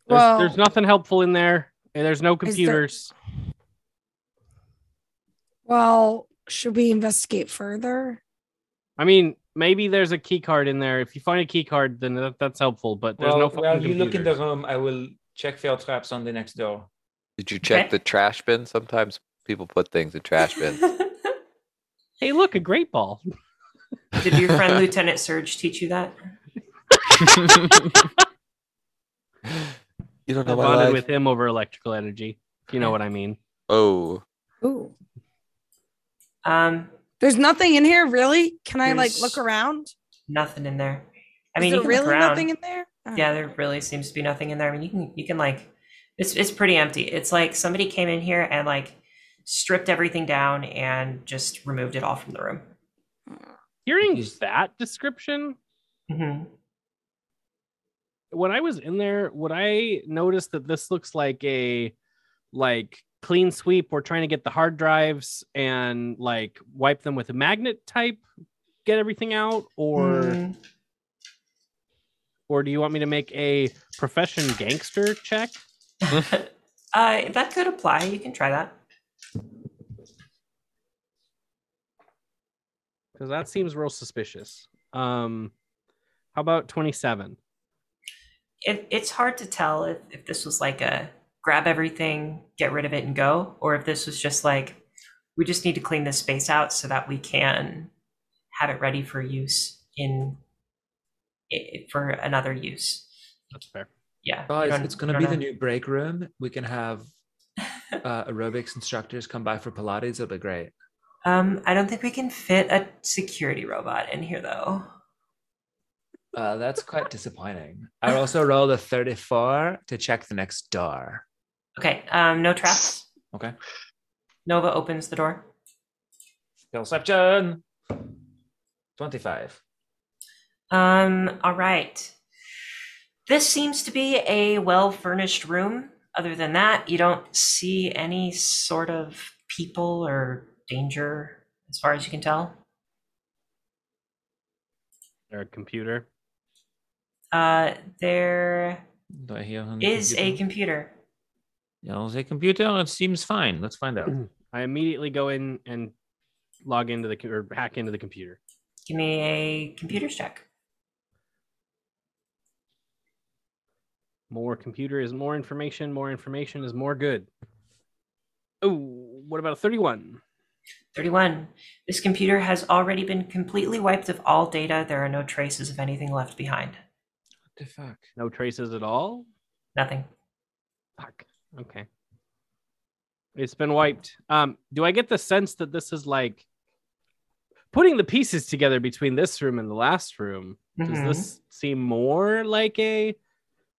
There's, Well- there's nothing helpful in there. and There's no there- computers. Well, should we investigate further? I mean, maybe there's a key card in there. If you find a key card, then that, that's helpful. But there's well, no fucking while you look in the computers. room, I will check fail traps on the next door. Did you check Okay. the trash bin? Sometimes people put things in trash bins. Hey, look, a great ball. did your friend lieutenant surge teach you that you don't I know my bonded life. with him over electrical energy. If you know what I mean. oh, Ooh. um There's nothing in here, really? Can I like look There's- around? nothing in there i Is mean you there can really look around. nothing in there? Oh. yeah there really seems to be nothing in there i mean you can you can like it's it's pretty empty it's like somebody came in here and like stripped everything down and just removed it all from the room Hearing Is- that description, hmm when I was in there, would I notice that this looks like a like clean sweep. We're trying to get the hard drives and like wipe them with a magnet type, get everything out, or Hmm. or do you want me to make a profession gangster check? Mm-hmm. Uh, that could apply. You can try that. Because that seems real suspicious. Um, how about twenty-seven? It, it's hard to tell if, if this was like a grab everything, get rid of it, and go, or if this was just like, we just need to clean this space out so that we can have it ready for use in i- for another use. That's fair. Yeah. you Guys, don't- it's you going to don't be know. the new break room. We can have uh, aerobics instructors come by for Pilates. It'll be great. Um, I don't think we can fit a security robot in here though. Uh, that's quite disappointing. I also rolled a 34 to check the next door. Okay. Um, no traps. Okay. Nova opens the door. Perception 25. Um, all right. This seems to be a well furnished room. Other than that, you don't see any sort of people or danger as far as you can tell. Or a computer. Uh, there Do I hear on the is a computer? computer. Yeah, I'll say computer. It seems fine. Let's find out. Mm. I immediately go in and log into the co- or hack into the computer. Give me a computer's check. More computer is more information. More information is more good. Oh, what about a thirty-one? 31. This computer has already been completely wiped of all data. There are no traces of anything left behind. What the fuck? No traces at all. Nothing. Fuck. Okay. It's been wiped. Um, do I get the sense that this is like putting the pieces together between this room and the last room? Does Mhm. this seem more like a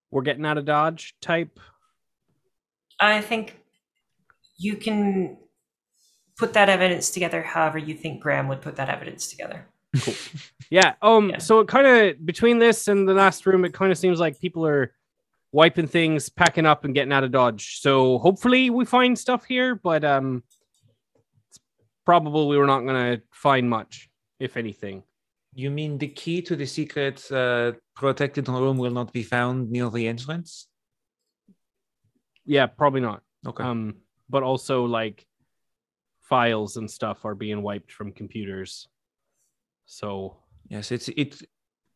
we're getting out of dodge type? I think you can put that evidence together however you think Graham would put that evidence together. Yeah. Um. Yeah. So it kind of between this and the last room, it kind of seems like people are wiping things, packing up, and getting out of dodge. So hopefully we find stuff here, but um, it's probable we were not gonna find much, if anything. You mean the key to the secret uh, protected room will not be found near the entrance? Yeah, probably not. Oh, Okay. um but also like files and stuff are being wiped from computers so Yes, it's it.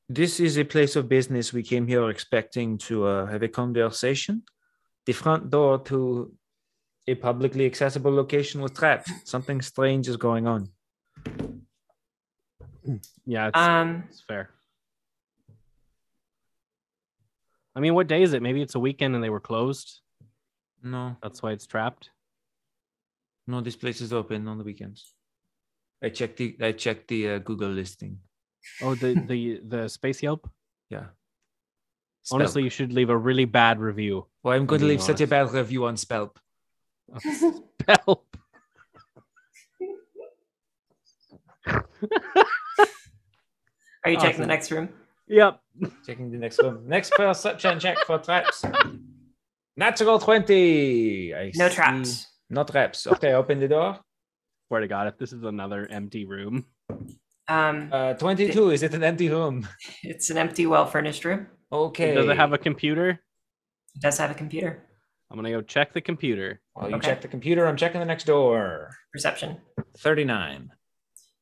This is a place of business. We came here expecting to uh, have a conversation. The front door to a publicly accessible location was trapped. Something strange is going on. yeah it's, Um, it's fair i mean what day is it maybe it's a weekend and they were closed No, that's why it's trapped no, this place is open on the weekends. I checked the I checked the uh, Google listing. oh the the the space yelp Yeah. honestly you Spelp. should leave a really bad review well, I'm going to being leave such a honest. bad review on Spelp. help are you checking Awesome. the next room? yep Checking the next one. Next perception check for traps. Natural twenty. I No see- traps. No traps. Okay, open the door. swear to god if this is another empty room Um, Uh, 22. Is it an empty room? it's an empty, well furnished room. Okay. does it have a computer It does have a computer. i'm gonna go check the computer Well, you Okay. check the computer. I'm checking the next door. Perception. 39.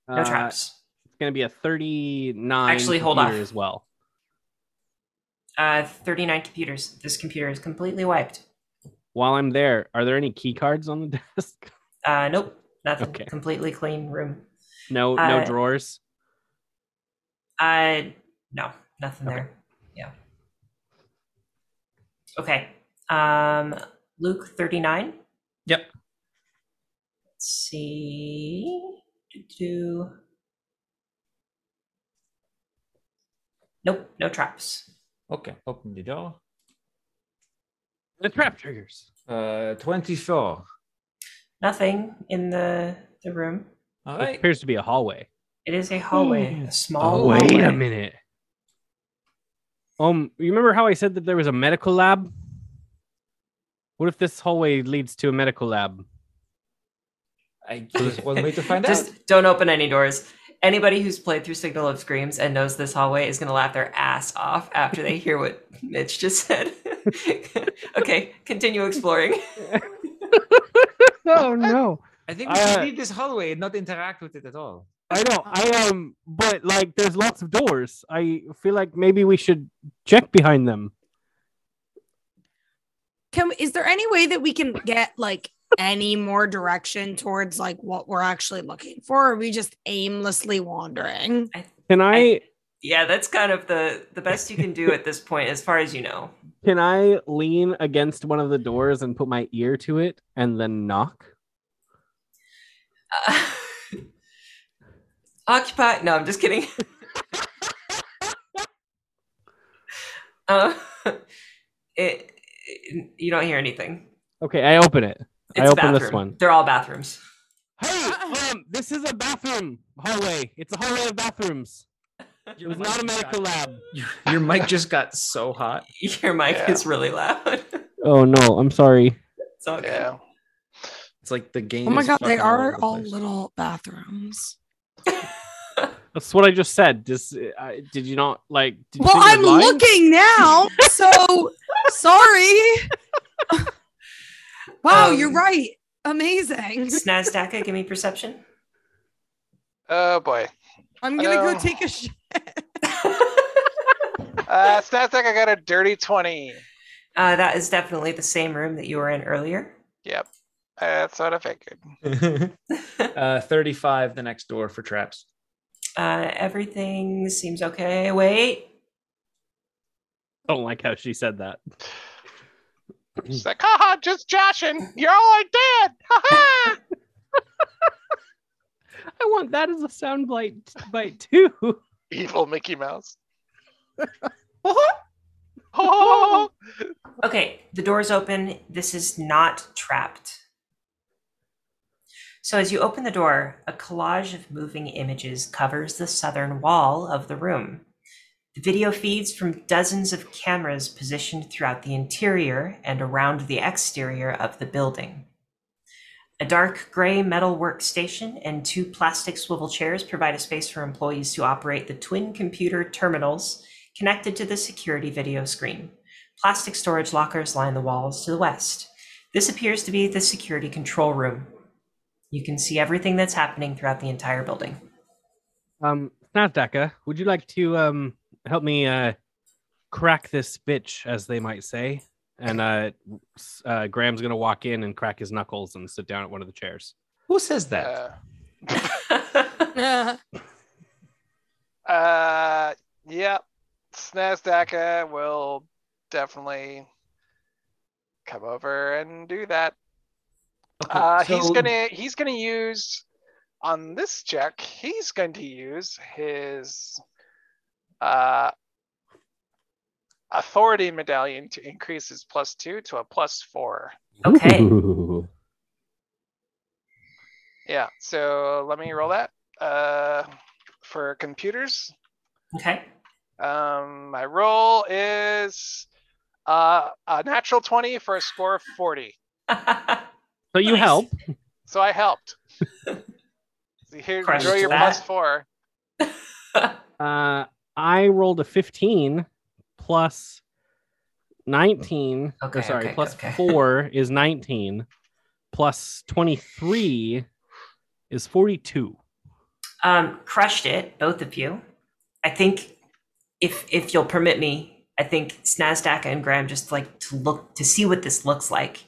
No Uh, traps. it's gonna be a 39 Actually, hold computer off. as well Uh, 39 computers. This computer is completely wiped. while I'm there, are there any key cards on the desk? Uh, nope. Nothing. Okay. Completely clean room. No, Uh, no drawers. Uh, no, nothing Okay. there. Yeah. Okay. Um, Luke 39. Yep. Let's see. Do. Nope, no traps. Okay. Open the door. The trap triggers. Uh, 24. Nothing in the the room. All It right. appears to be a hallway. It is a hallway, a small Oh, wait hallway. a minute. Um, you remember how I said that there was a medical lab? What if this hallway leads to a medical lab? I just wasn't wait to find out. Just don't open any doors. Anybody who's played through Signal of Screams and knows this hallway is going to laugh their ass off after they hear what Mitch just said. okay, continue exploring. Oh no. I think we I, should uh, leave this hallway and not interact with it at all. I know. I um but like there's lots of doors. I feel like maybe we should check behind them. Can we- is there any way that we can get like any more direction towards like what we're actually looking for? Or are we just aimlessly wandering? Can I, I- yeah, that's kind of the the best you can do at this point, as far as you know. can I lean against one of the doors and put my ear to it and then knock? Uh, occupy. No, I'm just kidding. uh, it, it- you don't hear anything. Okay, I open it. I It's a open bathroom. this one. They're all bathrooms. Hey, um, this is a bathroom hallway. It's a hallway of bathrooms. It was not a medical lab. Your, your mic just got so hot. Your mic Yeah. is really loud. Oh no, I'm sorry. it's all good. Yeah. It's like the game. Oh my is god, they fucking all over are the all place. little bathrooms. That's what I just said. This, uh, did you not like? Did you Well, think I I'm was lying? looking now, so sorry. wow, Um, you're right. Amazing. Snazdaka, give me perception. Oh boy. I'm gonna go Oh. take a shit. Uh, Snapstack, I got a dirty 20. Uh, that is definitely the same room that you were in earlier. Yep. That's what I figured. uh, 35 the next door for traps. Uh, everything seems okay. Wait. Don't like how she said that. Mm-hmm. She's like, haha, just joshing. You're all I did. Haha. I want that as a sound bite, bite too. Evil Mickey Mouse. Okay, the door's open. This is not trapped. So, as you open the door, a collage of moving images covers the southern wall of the room. The video feeds from dozens of cameras positioned throughout the interior and around the exterior of the building. A dark gray metal workstation and two plastic swivel chairs provide a space for employees to operate the twin computer terminals connected to the security video screen. Plastic storage lockers line the walls to the west. This appears to be the security control room. You can see everything that's happening throughout the entire building. Um, Snazdaka, would you like to um help me uh crack this bitch, as they might say? And uh, s- uh Graham's gonna walk in and crack his knuckles and sit down at one of the chairs. Who says that? Uh, Uh, Uh, yep. Snazdaka will definitely come over and do that. Okay, Uh, he's so- gonna he's gonna use on this check. He's going to use his uh authority medallion to increase his plus two to a plus four. Okay. Yeah. So let me roll that. Uh, for computers. Okay. Um, my roll is uh, a natural 20 for a score of 40. So you Nice. help. So I helped. So Here, Crushed enjoy your that. plus four. Uh, I rolled a 15 plus 19. or Okay, sorry, okay, plus okay. 4 is 19. Plus 23 is 42. um, crushed it, both of you. I think if if you'll permit me, I think Snazdaka and Graham just like to look to see what this looks like.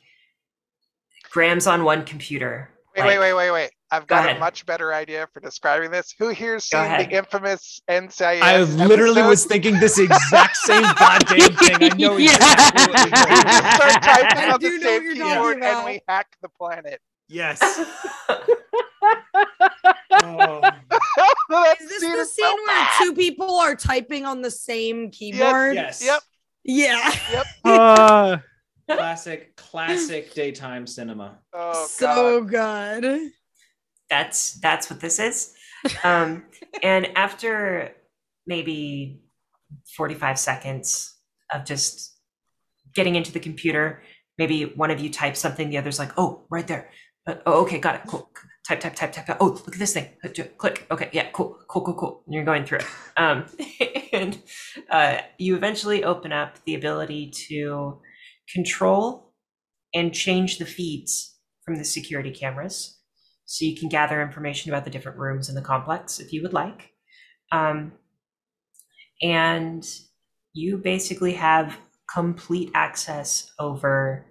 Graham's on one computer. Wait, like- wait, wait, wait, wait. I've Go got a ahead. much better idea for describing this. Who here's Go seen the ahead. infamous NCIS? I literally episode? was thinking this exact same goddamn thing. I We know exactly what you're doing. just start I typing on do the know what same you're talking keyboard about. and we hack the planet. Yes. Oh, That is this scene the is so scene where bad. two people are typing on the same keyboard? yes. Yep. Yeah. Uh, Classic, classic daytime cinema. Oh, so good. that's that's what this is um and after maybe 45 seconds of just getting into the computer maybe one of you types something, the other's like, oh, right there. Uh, oh, okay, got it. Cool. Type, type, type, type, type. Oh, look at this thing. Uh, ju- Click. Okay, yeah, cool, cool, cool, cool. And you're going through it. Um, and uh, you eventually open up the ability to control and change the feeds from the security cameras. So you can gather information about the different rooms in the complex if you would like. Um, and you basically have complete access over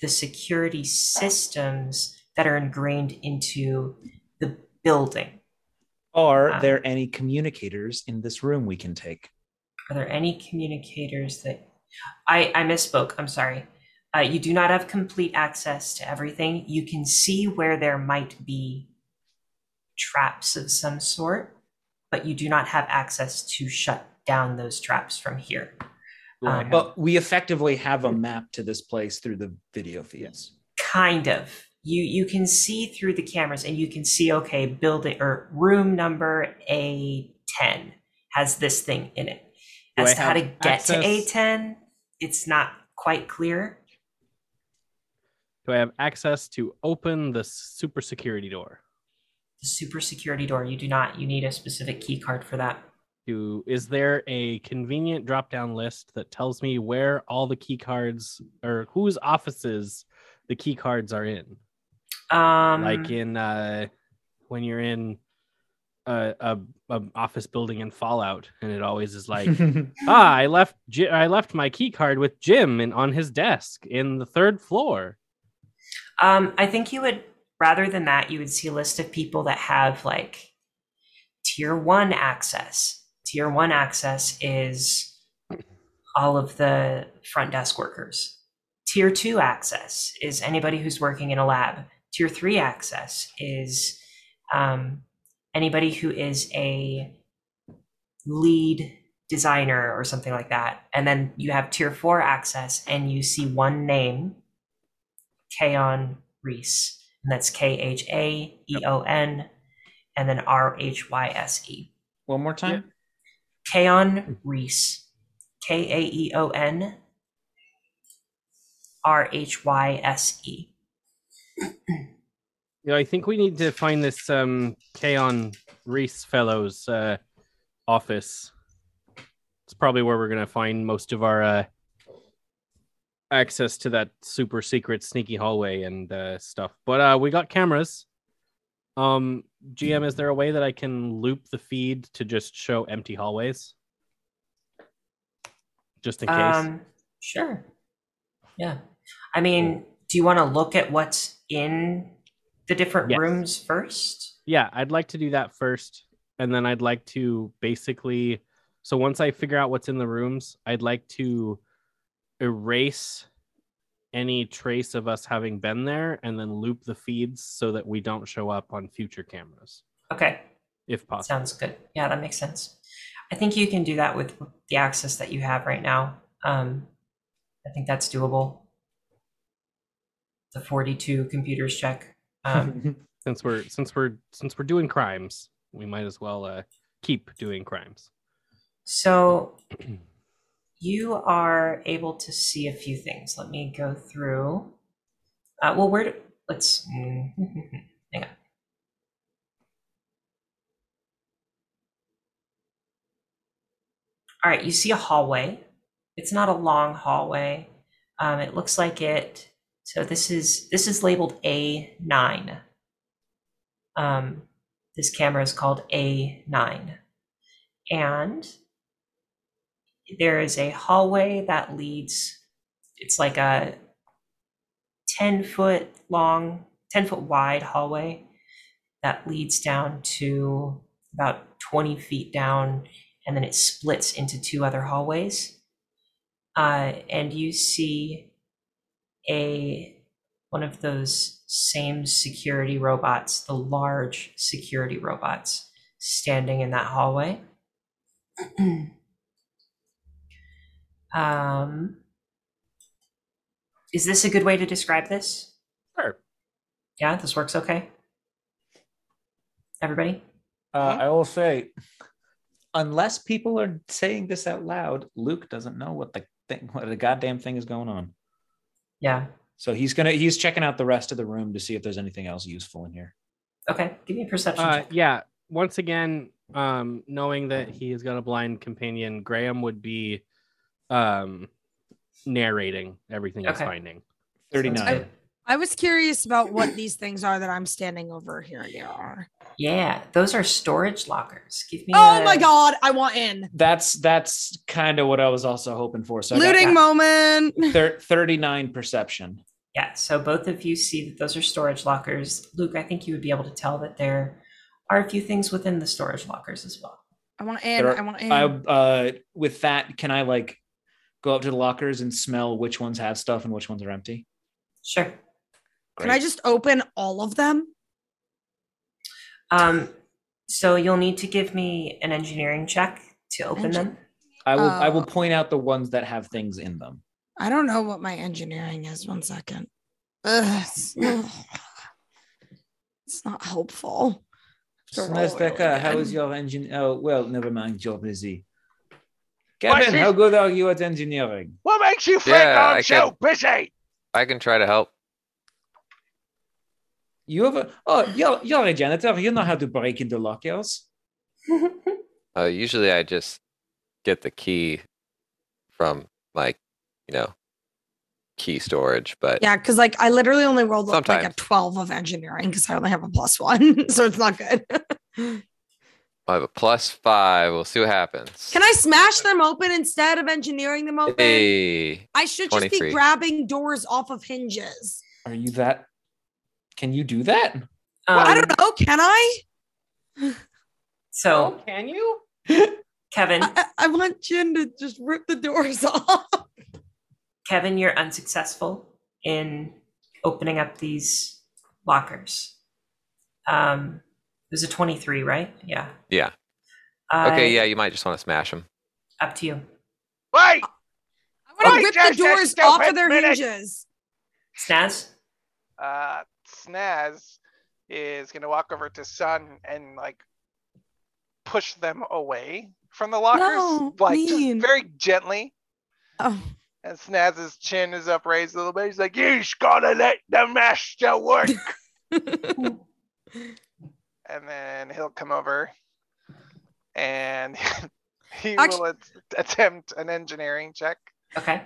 the security systems that are ingrained into the building. Are Um, there any communicators in this room we can take? Are there any communicators that I, I misspoke? I'm sorry. Uh, you do not have complete access to everything. You can see where there might be traps of some sort, but you do not have access to shut down those traps from here. Um, But we effectively have a map to this place through the video feeds. kind of you you can see through the cameras and you can see okay building or room number a10 has this thing in it Do as I to how to have get to access- a10 it's not quite clear Do I have access to open the super security door? the super security door you do not you need a specific key card for that Do is there a convenient drop down list that tells me where all the key cards or whose offices the key cards are in? um like in uh, when you're in a, a, a office building in Fallout, and it always is like, ah, I left Ji- I left my key card with Jim and on his desk in the third floor. Um, I think you would rather than that, you would see a list of people that have like tier one access. Tier one access is all of the front desk workers. Tier two access is anybody who's working in a lab. Tier three access is um, anybody who is a lead designer or something like that. And then you have tier four access, and you see one name Kaon Reese. And that's K H A E O N and then R H Y S E. One more time. Kaon Reese. K A E O N R H Y S E. You know, I think we need to find this um Kaon Reese fellow's uh, office. It's probably where we're gonna find most of our uh, access to that super secret sneaky hallway and uh, stuff. But uh, we got cameras. Um, GM, is there a way that I can loop the feed to just show empty hallways? Just in case. Um, sure. Yeah. I mean, do you want to look at what's in the different Yes. rooms first? Yeah, I'd like to do that first. And then I'd like to basically, so once I figure out what's in the rooms, I'd like to erase any trace of us having been there and then loop the feeds so that we don't show up on future cameras, Okay. if possible. Sounds good. Yeah, that makes sense. I think you can do that with the access that you have right now. Um, I think that's doable. The 42 computers check. Um, Since we're since we're since we're doing crimes, we might as well uh, keep doing crimes. so you are able to see a few things. Let me go through. Uh, well, where do, let's mm, hang on. All right, you see a hallway. It's not a long hallway. Um, it looks like it. So this is this is labeled A nine. Um, this camera is called A nine, and there is a hallway that leads it's like a 10 foot long 10 foot wide hallway that leads down to about 20 feet down and then it splits into two other hallways uh, and you see a one of those same security robots the large security robots standing in that hallway Um, is this a good way to describe this? Sure. Yeah, this works okay. Everybody? Uh, I will say, unless people are saying this out loud, Luke doesn't know what the thing, what the goddamn thing is going on. Yeah. So he's gonna he's checking out the rest of the room to see if there's anything else useful in here. Okay. Give me a perception. Uh, check. yeah. Once again, um, knowing that he has got a blind companion, Graham would be um, narrating everything he's Okay. finding. Thirty Sounds nine. good. I was curious about what these things are that I'm standing over here and there are. Yeah. Those are storage lockers. Give me. Oh a- my god, I want in. That's that's kind of what I was also hoping for. So Looting moment. I got thirty nine perception. Yeah. So both of you see that those are storage lockers. Luke, I think you would be able to tell that there are a few things within the storage lockers as well. I want in. There are- I want in. I uh with that, can I like go up to the lockers and smell which ones have stuff and which ones are empty? Sure. Can I just open all of them? Um, so you'll need to give me an engineering check to open them. I will I will Oh. point out the ones that have things in them. I don't know what my engineering is. One second. Ugh, it's, ugh. It's not helpful. They're all really good. your engine? Oh well, never mind. You're busy. Why is Kevin, it- how good are you at engineering? What makes you think Yeah, I'm I so busy? I can try to help. You have a oh you're you're a janitor. You know how to break into lockers. Um, Uh, usually I just get the key from like, you know, key storage, but Yeah, because like I literally only rolled like a Sometimes. 12 of engineering because I only have a plus one. So it's not good. Can I have a plus five. We'll see what happens. I smash them open instead of engineering them open? Hey, I should just be 23. grabbing doors off of hinges. Are you that? Can you do that? I Um, don't know. Can I? So Oh, can you? Kevin, I, I- I want Jin to just rip the doors off. Kevin, you're unsuccessful in opening up these lockers. Um, it was a 23, right? Yeah. Yeah. I- Okay, yeah, you might just want to smash them. Up to you. Wait, I want Wait, to rip just the a doors off of stupid their minute. hinges. Snaz? Uh, Snaz is gonna walk over to Sun and like push them away from the lockers, No, like mean. just very gently. Oh, And Snaz's chin is upraised a little bit. He's like, you gotta let the master work. and then he'll come over and he Actu- will at- attempt an engineering check. Okay.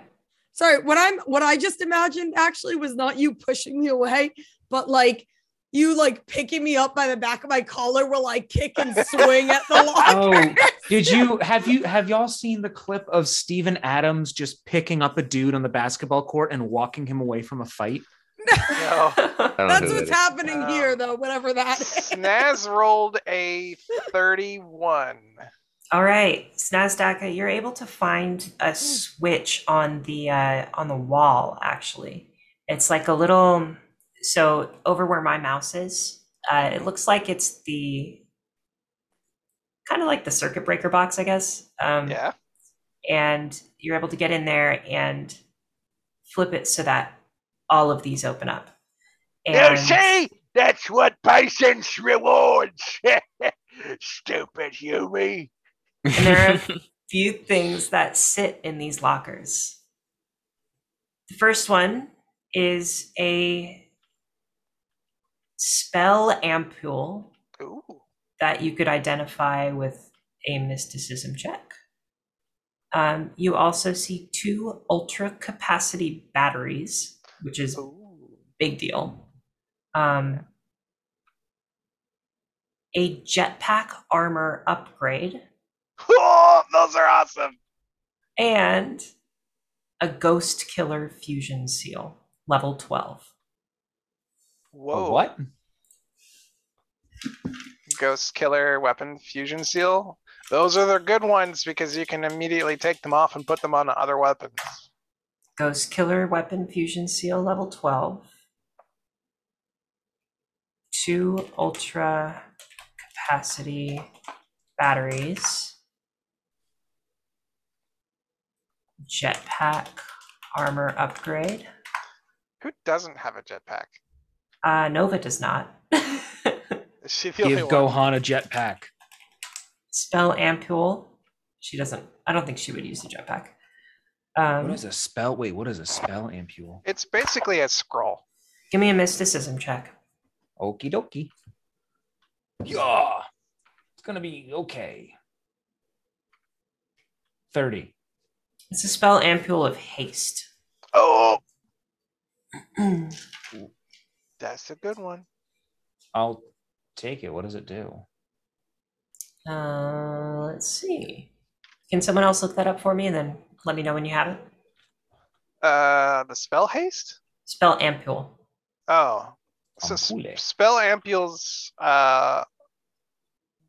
sorry. What I'm what I just imagined actually was not you pushing me away, but like you like picking me up by the back of my collar while I kick and swing at the locker. Oh, did you have you have y'all seen the clip of Steven Adams just picking up a dude on the basketball court and walking him away from a fight? No. I don't know That's who what's that happening Um, here, though. Whatever that. is. Snaz rolled a 31. All right, Snazdaka, you're able to find a switch on the uh, on the wall. Actually, it's like a little so over where my mouse is. Uh, it looks like it's the kind of like the circuit breaker box, I guess. Um, Yeah. And you're able to get in there and flip it so that all of these open up. You see, that's what patience rewards. Stupid Huey. is. And there are a few things that sit in these lockers. The first one is a spell ampule Ooh. that you could identify with a mysticism check. Um, you also see two ultra capacity batteries, which is Ooh. big deal. Um, a jetpack armor upgrade. Oh, those are awesome. and a ghost killer fusion seal level 12 A Whoa. what? Ghost killer weapon fusion seal. Those are the good ones because you can immediately take them off and put them on other weapons. ghost killer weapon fusion seal level 12 two ultra capacity batteries jetpack armor upgrade Who doesn't have a jetpack? uh, nova does not Is she the Give only one? Gohan a jetpack. spell ampule she doesn't i don't think she would use the jetpack Um, What is a spell? Wait, what is a spell ampule? It's basically a scroll. give me a mysticism check. Okie dokie. Yeah. It's gonna be okay. 30. It's a spell ampule of haste. Oh, that's a good one. I'll take it. What does it do? Uh, let's see. Can someone else look that up for me and then let me know when you have it? Uh, the spell haste. Spell ampule. Oh, so s- Ampule. spell ampules uh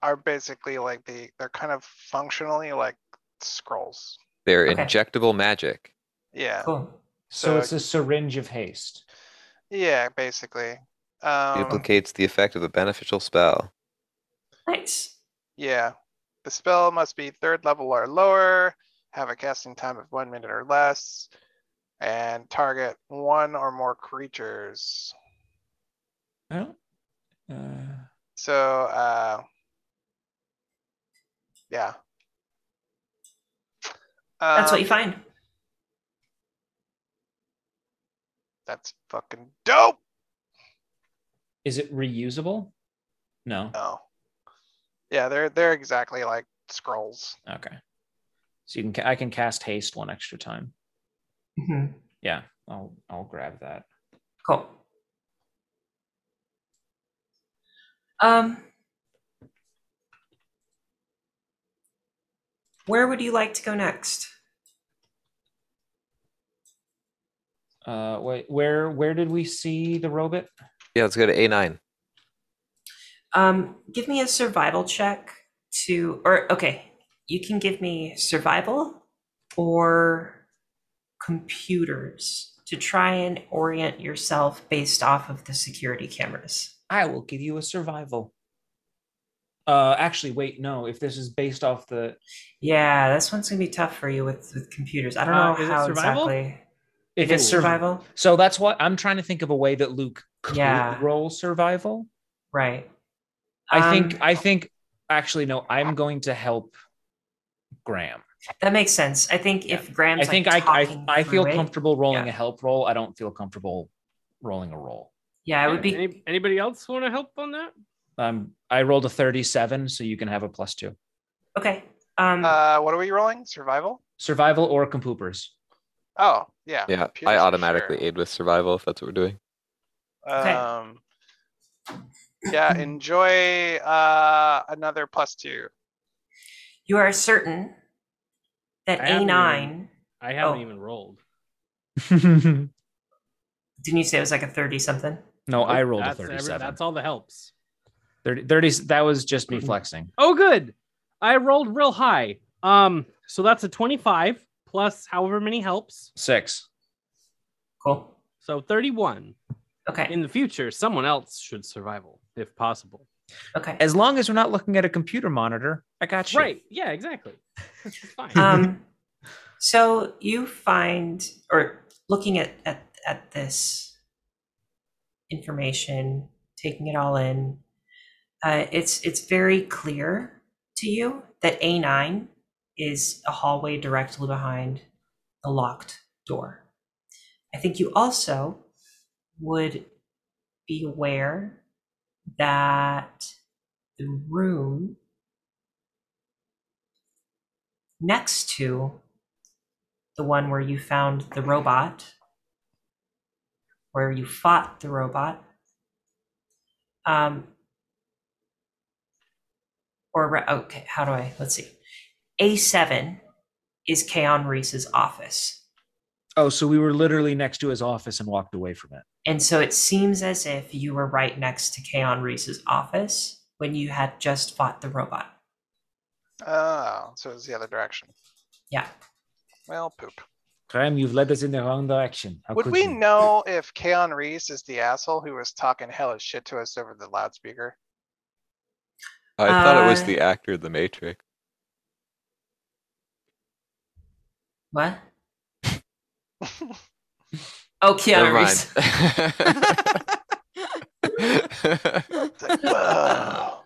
are basically like the they're kind of functionally like scrolls. They're Okay. injectable magic. Yeah, Cool. So So- it's a syringe of haste. yeah, basically. Um, Duplicates the effect of a beneficial spell. Nice. yeah, the spell must be third level or lower, have a casting time of one minute or less, and target one or more creatures. I don't. Uh, So, uh, yeah. That's what Um, you find. That's fucking dope. is it reusable? No. No. Yeah, they're they're exactly like scrolls. Okay. So you can ca- I can cast haste one extra time. Mhm. Yeah, I'll I'll grab that. Cool. Um, where would you like to go next? Uh, wait, where where did we see the robot? Yeah, let's go to A9. Um, give me a survival check to, or okay, you can give me survival or computers to try and orient yourself based off of the security cameras. I will give you a survival. Uh, actually, wait, no. If this is based off the, Yeah, this one's gonna be tough for you with with computers. I don't know Uh, is it how survival? exactly. if It is survival, so that's what I'm trying to think of a way that Luke could Yeah. roll survival. right? I think Um, I think actually no. I'm going to help Graham. that makes sense. I think Yeah. if Graham's, I think like, I talking I, I feel through it- comfortable rolling yeah. a help roll. I don't feel comfortable rolling a roll. Yeah, it would be Any, anybody else want to help on that? Um, I rolled a 37, so you can have a plus two. okay. Um, Uh, what are we rolling? Survival? Survival or compoopers. Oh, yeah. Yeah, computers I for automatically sure. aid with survival if that's what we're doing. Okay. Um, yeah, enjoy uh another plus two. you are certain that I haven't A nine. I haven't Oh. even rolled. no, Didn't you say it was like a thirty something? I rolled a That's every- 37. that's all the helps. 30, 30 that was just me flexing. Oh, good. I rolled real high. Um, so that's a 25 plus however many helps. Six. Cool. So 31. Okay. In the future, someone else should survival if possible. Okay. As long as we're not looking at a computer monitor, I got you. Right. Yeah, exactly. This is fine. Uh, um, so you find, or looking at, at at this information, taking it all in, uh, it's it's very clear to you that A nine is a hallway directly behind the locked door. I think you also would be aware that the room next to the one where you found the robot, where you fought the robot, um, or ra- okay, how do I? Let's see. A seven is Kaon Reese's office, Oh, so we were literally next to his office and walked away from it. and so it seems as if you were right next to Kaon Reese's office when you had just fought the robot. Oh, so it's the other direction. Yeah. Well, poop. Graham, you've led us in the wrong direction. How Would could we you? know if Kaon Reese is the asshole who was talking hellish shit to us over the loudspeaker? I thought it was Uh, the actor in The Matrix. What? oh, Keanu Never Reeves. mind. It's like, whoa.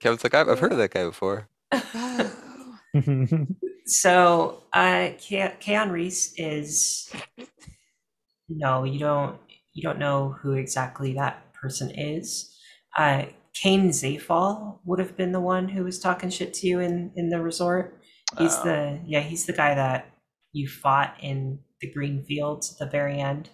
Kevin's like, I've, I've heard of that guy before. Oh. So, uh, Ke- Keon Reese is no, you don't, you don't know who exactly that person is. Uh, Kane Zafal would have been the one who was talking shit to you in in the resort. He's Oh. the yeah, he's the guy that you fought in the green fields at the very end.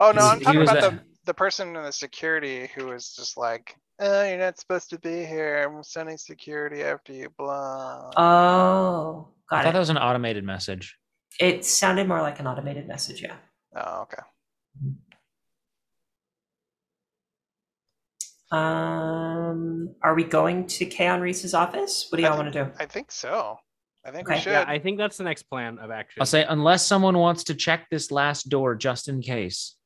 Oh no, He- I'm he talking was about a- the the person in the security who was just like, "Oh, you're not supposed to be here. I'm sending security after you." Blah. Oh, I got thought it. that was an automated message. It sounded more like an automated message, yeah. oh, okay. Um, are we going to Keon Reese's office? What do I y'all think- want to do? I think so. I think we Okay. should. Yeah, I think that's the next plan of action. I'll say unless someone wants to check this last door just in case.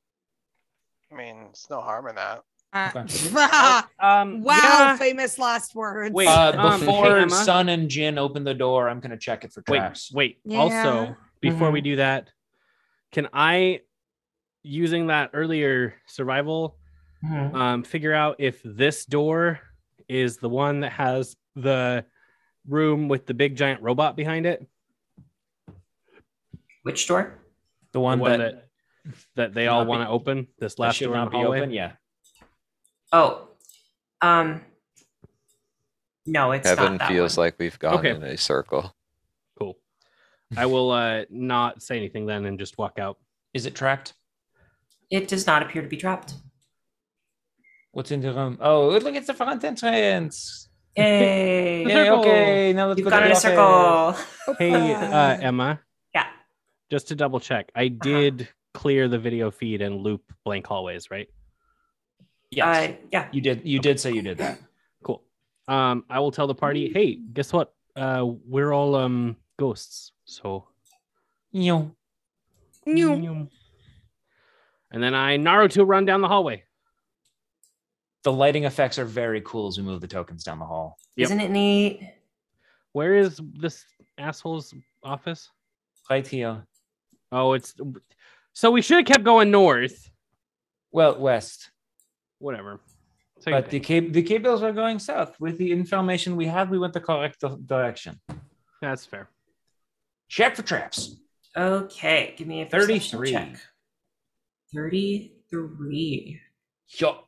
I mean, it's no harm in that. Uh, Okay. um, wow, yeah. famous last words. Wait, Uh, um, before hey, Emma? Sun and Jin open the door, I'm gonna check it for Wait, traps. wait. Yeah. Also, before we do that, can I, using that earlier survival, Mhm. um, figure out if this door is the one that has the room with the big giant robot behind it? Which door? The The one, one that, that that they should all not be- want to open. This that last should door in not the be hallway. open. Yeah. Oh, um, no, it's Heaven not that feels one. like we've gone Okay. in a circle. Cool. I will uh, not say anything then and just walk out. Is it trapped? It does not appear to be trapped. What's in the room? Oh, look at the front entrance. Yay! The Yay, circle. okay, now let's You've go to gone in a the office. circle. Hey, uh, Emma. Yeah. Just to double check, I did clear the video feed and loop blank hallways, right? Yes, Uh, yeah. you did. You did say you did that. Cool. Um, I will tell the party, hey, guess what? Uh, we're all um ghosts. So, You. New. and then I Naruto run down the hallway. The lighting effects are very cool as we move the tokens down the hall. Yep. Isn't it neat? Where is this asshole's office? Right here. Oh, it's so we should have kept going north. Well, west. Whatever. Same But the thing. cab- the cables were going south. With the information we had, we went the correct di- direction. That's fair. Check for traps. Okay, give me a perception 33. check. Thirty-three. Yo.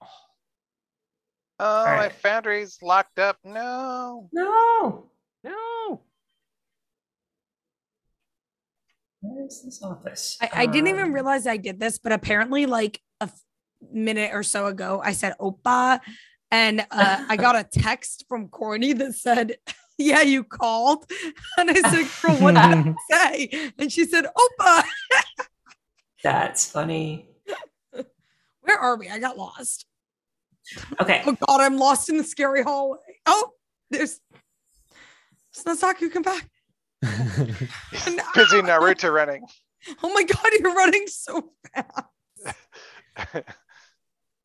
Oh, my Alright. foundry's locked up. No. No. No. Where's this office? I, I didn't even Um, realize I did this, but apparently, like a f- minute or so ago, I said "opa," and uh, I got a text from Corny that said, "Yeah, you called," and I said, "Girl, what did I say?" And she said, "Opa." That's funny. Where are we? I got lost. Okay. Oh God, I'm lost in the scary hallway. Oh, there's. Snazaki, come back. He's busy Naruto running. Oh my God, you're running so fast.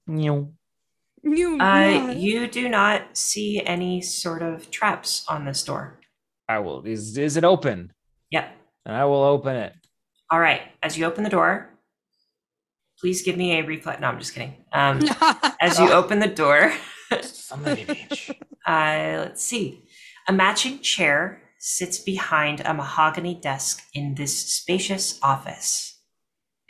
Yo. You, Uh, mad. you do not see any sort of traps on this door. I will. Is is it open? Yep. And I will open it. All right. As you open the door, please give me a reflex. No, I'm just kidding. Um, as you open the door, Son of a bitch. uh, let's see. A matching chair sits behind a mahogany desk in this spacious office.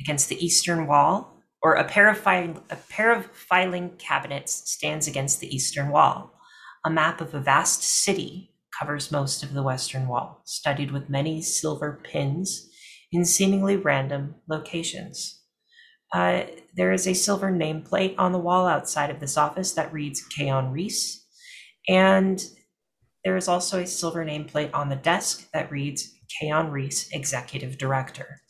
Against the eastern wall, or a pair of, fi- a pair of filing cabinets stands against the eastern wall. A map of a vast city covers most of the western wall, studded with many silver pins in seemingly random locations. Uh, there is a silver nameplate on the wall outside of this office that reads Keon Reese, and there is also a silver nameplate on the desk that reads Keon Reese, Executive Director.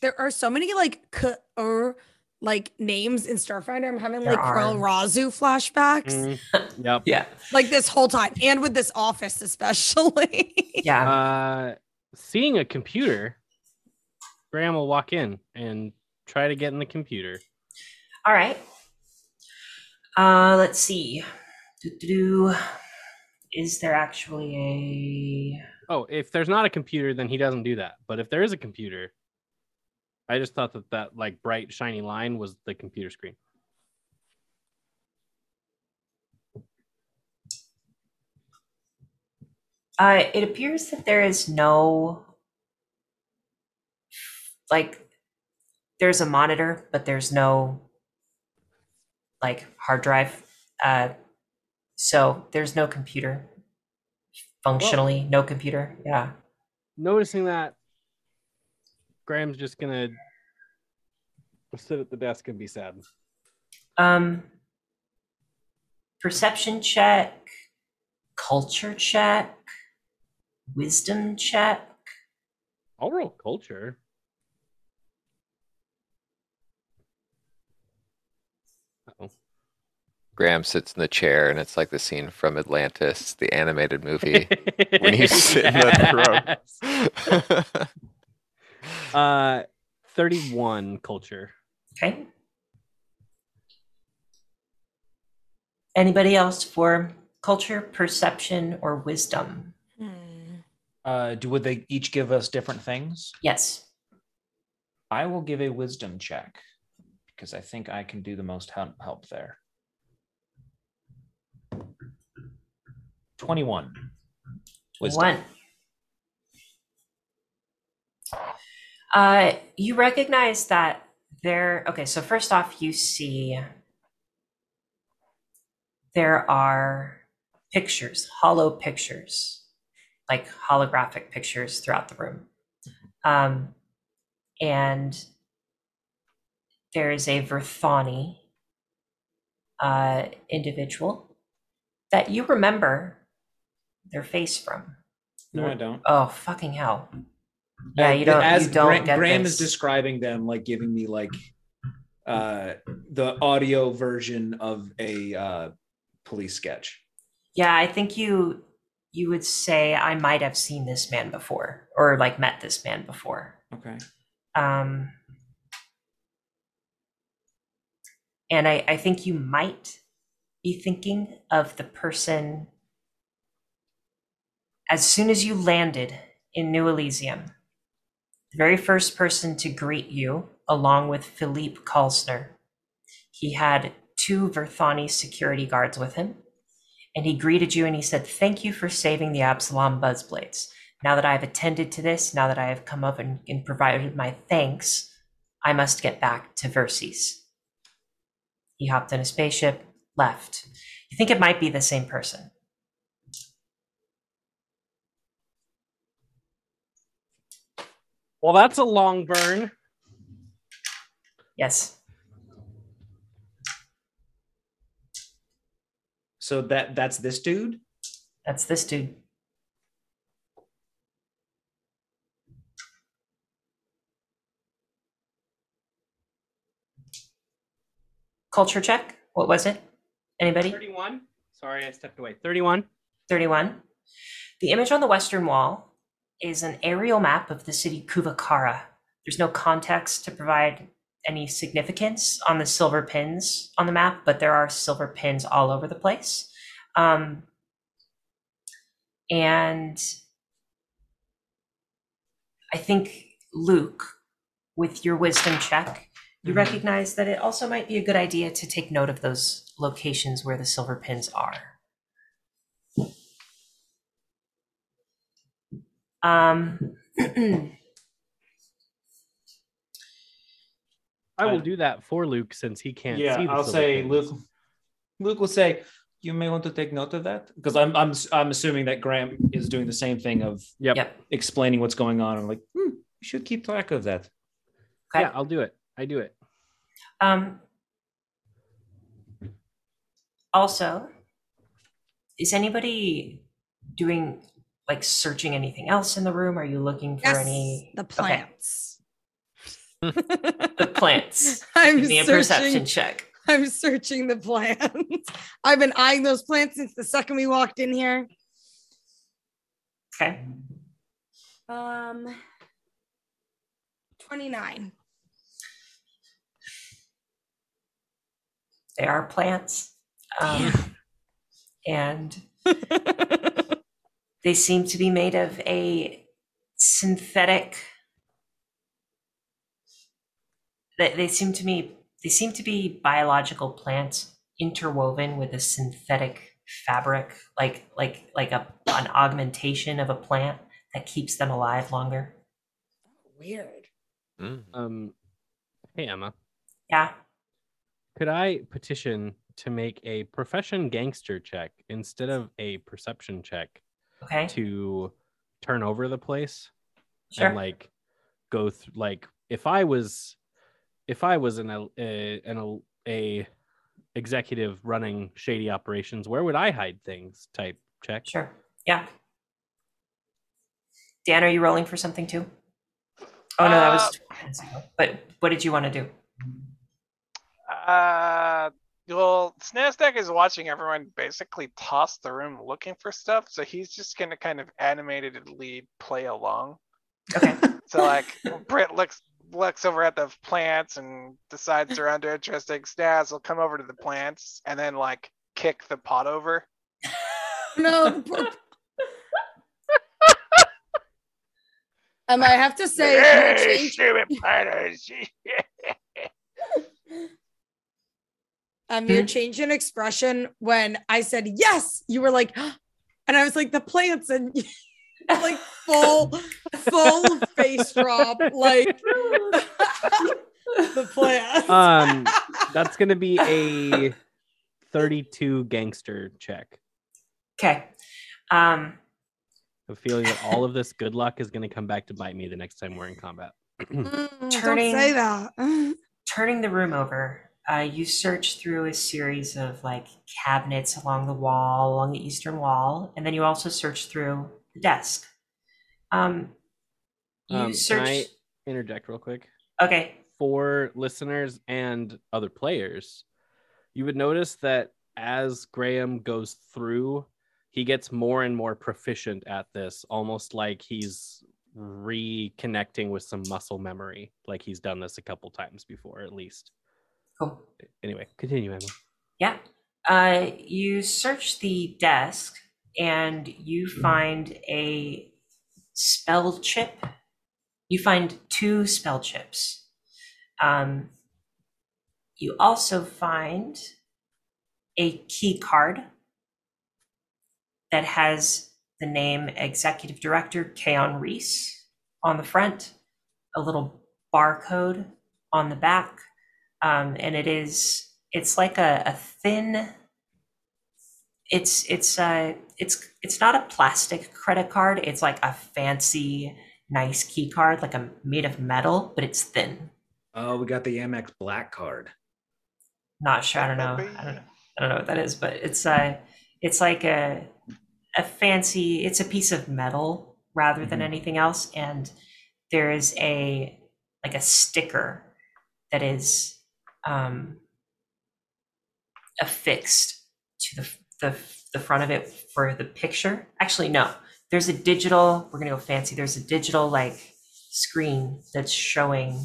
there are so many like k- or like names in Starfinder. I'm having There like Carl are. Razu flashbacks, Mm, yep. Yeah, like this whole time, and with this office especially. yeah. Uh, seeing a computer, Graham will walk in and try to get in the computer. All right. Uh, let's see. Do-do-do. Is there actually a Oh, if there's not a computer, then he doesn't do that. But if there is a computer, I just thought that that like bright shiny line was the computer screen. Uh, it appears that there is no, like, there's a monitor, but there's no, like, hard drive. Uh, so there's no computer. Functionally, no computer. Yeah. Noticing that, Graham's just gonna sit at the desk and be sad. Um, perception check, culture check, wisdom check. I'll roll culture. Uh-oh. Graham sits in the chair, and it's like the scene from Atlantis, the animated movie. when you sit in that room. Uh, 31 culture. Okay. Anybody else for culture, perception, or wisdom? Uh, do would they each give us different things? Yes. I will give a wisdom check because I think I can do the most help, help there. 21. Wisdom. One. Uh, you recognize that there. Okay, so first off, you see there are pictures, hollow pictures, like holographic pictures throughout the room. Um, and there is a Verthani uh, individual that you remember their face from. No, I don't. Oh, fucking hell. Yeah, you don't- As you don't Gra- get Graham this. is describing them, like giving me like uh, the audio version of a uh, police sketch. Yeah, I think you you would say I might have seen this man before or like met this man before. Okay. Um and I, I think you might be thinking of the person as soon as you landed in New Elysium, the very first person to greet you, along with Philippe Kalsner. He had two Verthani security guards with him and he greeted you and he said, Thank you for saving the Absalom Buzzblades. Now that I have attended to this, now that I have come up and, and provided my thanks, I must get back to Verses. He hopped in a spaceship, left. You think it might be the same person. Well, that's a long burn. Yes. So that that's this dude. That's this dude. Culture check. What was it? Anybody? 31. Sorry, I stepped away. 31. 31. The image on the western wall is an aerial map of the city Kuvakara. There's no context to provide any significance on the silver pins on the map, but there are silver pins all over the place. Um, and I think, Luke, with your wisdom check, you recognize that it also might be a good idea to take note of those locations where the silver pins are. Um, I Uh, will I- do that for Luke since he can't yeah, see the I'll silver say pins. Luke. Luke will say, "You may want to take note of that," because I'm I'm I'm assuming that Graham is doing the same thing of Yep. Yep. explaining what's going on. I'm like, hmm, you should keep track of that. Okay. Yeah, I'll do it. I do it. um, also, is anybody doing like searching anything else in the room? Are you looking for Yes, any the okay, plants. the plants. I'm Give me a searching- perception check. I'm searching the plants. I've been eyeing those plants since the second we walked in here. Okay. Um, 29. They are plants. Um, and they seem to be made of a synthetic they, they seem to me they seem to be biological plants interwoven with a synthetic fabric, like like like a an augmentation of a plant that keeps them alive longer. Weird. Mm. Um, hey Emma, Yeah. could I petition to make a profession gangster check instead of a perception check Okay. to turn over the place Sure. and like go through? Like if I was, if I was an el- a, an el- a executive running shady operations, where would I hide things? Type check. Sure. Yeah. Dan, are you rolling for something too? Oh no, that was Uh, 20 minutes ago. But what did you want to do? Uh, well, Snazdeck is watching everyone basically toss the room looking for stuff, so he's just gonna kind of animatedly play along. Okay. So like, Britt looks looks over at the plants and decides they're under interesting. Snaz will come over to the plants and then like kick the pot over. No. um, I have to say, can I Hey, change? stupid planners. Um, Hmm? your change in expression when I said yes, you were like, and I was like the plants and like full, full face drop, like the plants. Uh, Um, that's gonna be a thirty-two gangster check. okay. Um, a feeling that all of this good luck is going to come back to bite me the next time we're in combat. Mm, turning- Don't say that. turning the room over, uh, you search through a series of like cabinets along the wall, along the eastern wall, and then you also search through the desk. Um, you Um, can search. I- Interject real quick Okay. for listeners and other players. You would notice that as Graham goes through, he gets more and more proficient at this, almost like he's reconnecting with some muscle memory, like he's done this a couple times before, at least. Cool. Anyway, continue, Emma. Yeah. Uh, you search the desk and you find a spell chip. You find two spell chips. Um, you also find a key card that has the name Executive Director Keon Reese on the front, a little barcode on the back, um, and it is it's like a, a thin it's it's uh it's it's not a plastic credit card it's like a fancy nice key card like a made of metal but it's thin Oh, we got the Amex Black Card. not sure i don't know i don't, I don't know what that is but it's uh it's like a a fancy it's a piece of metal rather than Mhm. anything else and there is a like a sticker that is um affixed to the the, the front of it for the picture actually no there's a digital we're gonna go fancy there's a digital like screen that's showing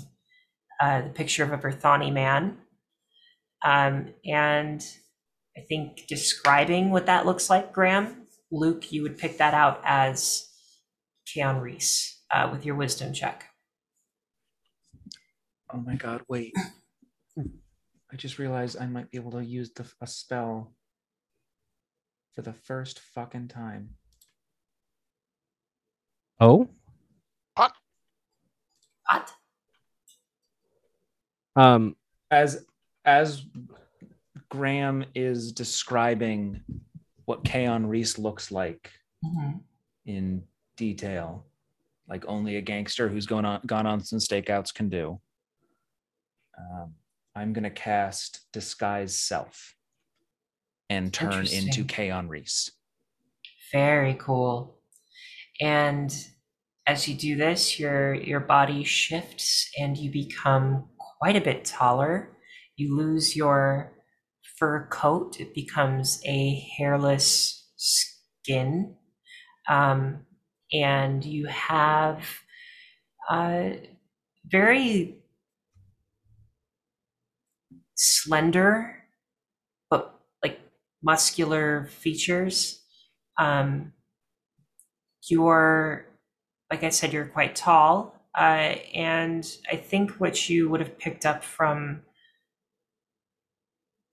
uh, the picture of a Berthani man um, and I think describing what that looks like, Graham, Luke, you would pick that out as Keon Reese uh, with your wisdom check. Oh my god, wait. I just realized I might be able to use the, a spell for the first fucking time. Oh, What? um, As as Graham is describing what Kaon Reese looks like Mhm. in detail, like only a gangster who's gone on gone on some stakeouts can do. Um, I'm gonna cast disguise self and turn into Interesting. Kaon Reese. Very cool. And as you do this, your your body shifts and you become quite a bit taller. You lose your fur coat; it becomes a hairless skin, um, and you have uh, very slender, but like muscular features um, you're like i said you're quite tall uh, and i think what you would have picked up from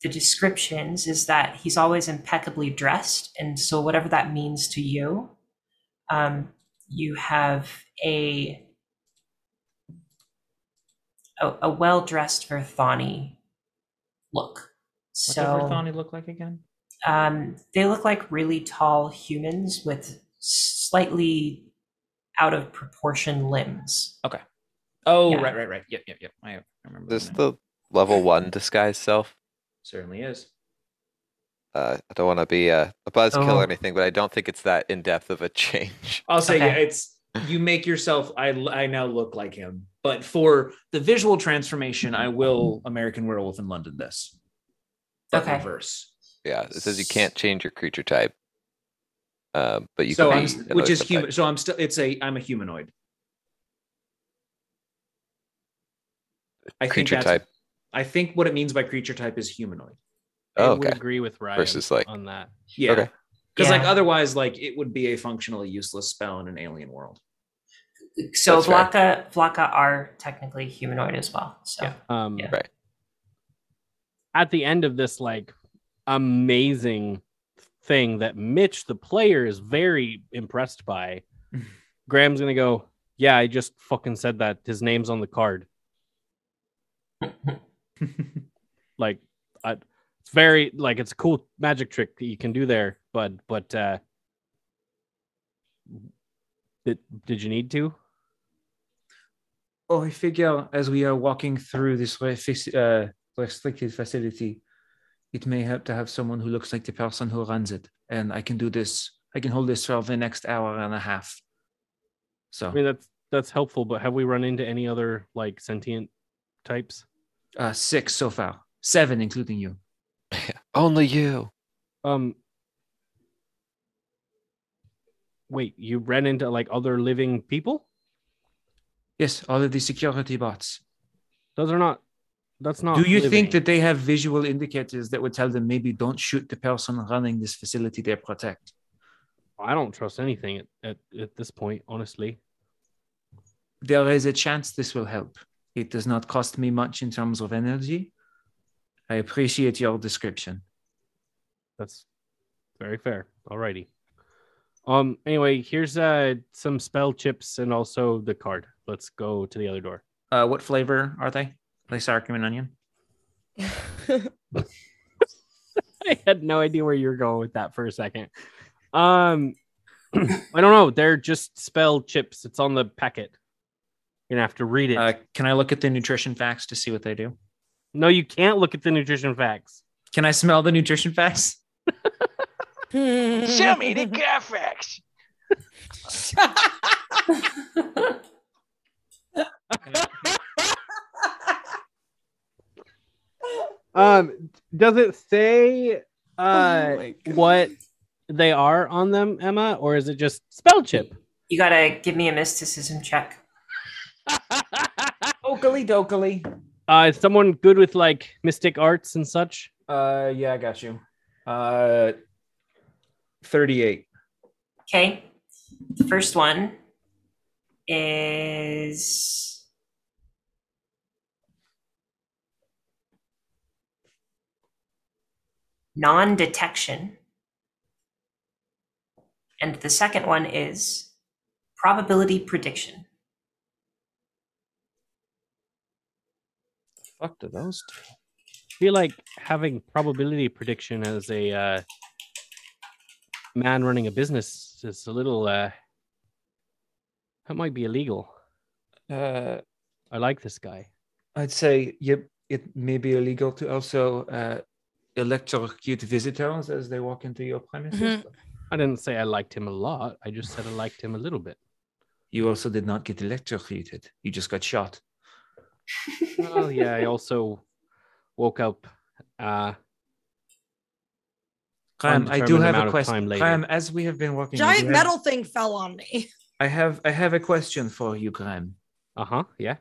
the descriptions is that he's always impeccably dressed. And so, whatever that means to you, um, you have a a, a well dressed Verthani look. What So, did Verthani look like again? um, they look like really tall humans with slightly out of proportion limbs. Oh, Yeah. right, right, right. Yep, yep, yep. I, I remember. This now. the level one disguise self. certainly is. Uh, I don't want to be a, a buzzkill Oh. or anything, but I don't think it's that in depth of a change. I'll say Okay. yeah, it's you make yourself. I I now look like him, but for the visual transformation, I will American Werewolf in London this. But Okay. Reverse. Yeah, it says you can't change your creature type, um, but you so can I'm, be another which is subtype. human. So I'm still. It's a. I'm a humanoid. I think Creature that's, type. I think what it means by creature type is humanoid. Oh, I would okay. agree with Ryan Versus, like- on that. Yeah. Okay. Because like Yeah. otherwise, like it would be a functionally useless spell in an alien world. So That's fair. Vlaka Vlaka are technically humanoid as well. So Yeah. Um, Yeah. Right. At the end of this, like, amazing thing that Mitch, the player, is very impressed by, Graham's going to go, Yeah, I just fucking said that. His name's on the card. Like, I, it's very, like, it's a cool magic trick that you can do there, but, but, uh, did, did you need to? Oh, I figure as we are walking through this refic- uh, restricted facility, it may help to have someone who looks like the person who runs it. And I can do this. I can hold this for the next hour and a half. So, I mean, that's, that's helpful, but have we run into any other, like, sentient types? uh, six so far, seven including you. Only you. Um, wait, you ran into, like, other living people? Yes, all of the security bots. Those are not. That's not. Do you living. think that they have visual indicators that would tell them maybe don't shoot the person running this facility they protect? I don't trust anything at, at, at this point? Honestly, There is a chance this will help. It does not cost me much in terms of energy. I appreciate your description. that's very fair. Alrighty. Um. Anyway, here's uh some spell chips and also the card. Let's go to the other door. Uh, what flavor are they? Like sarcum and onion? I had no idea where you were going with that for a second. Um, I don't know. They're just spell chips. It's on the packet. You're gonna have to read it. Uh, can I look at the nutrition facts to see what they do? no, you can't look at the nutrition facts. Can I smell the nutrition facts? Show me the Carfax. Um, does it say uh my God. what they are on them, Emma, or is it just spell chip? you gotta give me a mysticism check. Oakley dokily. Uh, is someone good with like mystic arts and such? Uh, yeah, I got you. Uh, 38. Okay. The first one is non detection. And the second one is probability prediction. Fuck do those two. I feel like having probability prediction as a uh, man running a business is a little uh, that might be illegal. Uh, I like this guy. I'd say yep, it may be illegal to also uh, electrocute visitors as they walk into your Mhm. premises. I didn't say I liked him a lot. I just said I liked him a little bit. You also did not get electrocuted. You just got shot. well, yeah, I also woke up. Uh, Chaim, Um, I do Undetermined have amount a of time question. later. Chaim, as we have been walking, I do Giant have- metal thing fell on me. I have I have a question for you, Chaim. uh huh. Yeah.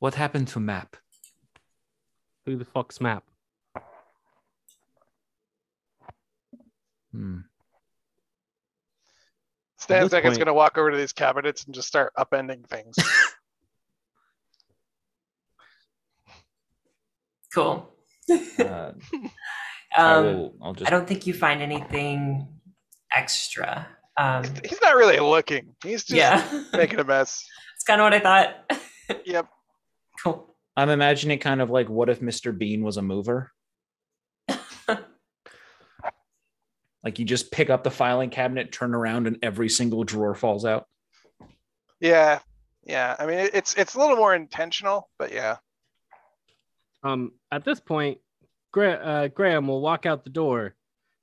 What happened to Map? Who the fuck's map? Hmm. Stan's this like it's point- gonna walk over to these cabinets and just start upending things. Cool. Uh, I Um, will, I'll just. I don't think you find anything extra. Um, He's not really looking. He's just yeah, making a mess. it's kind of what I thought. Yep. cool. I'm imagining kind of like what if Mr. Bean was a mover? like you just pick up the filing cabinet, turn around, and every single drawer falls out. Yeah. Yeah. I mean, it- it's it's a little more intentional, but yeah. Um, at this point, Gra- uh, Graham will walk out the door,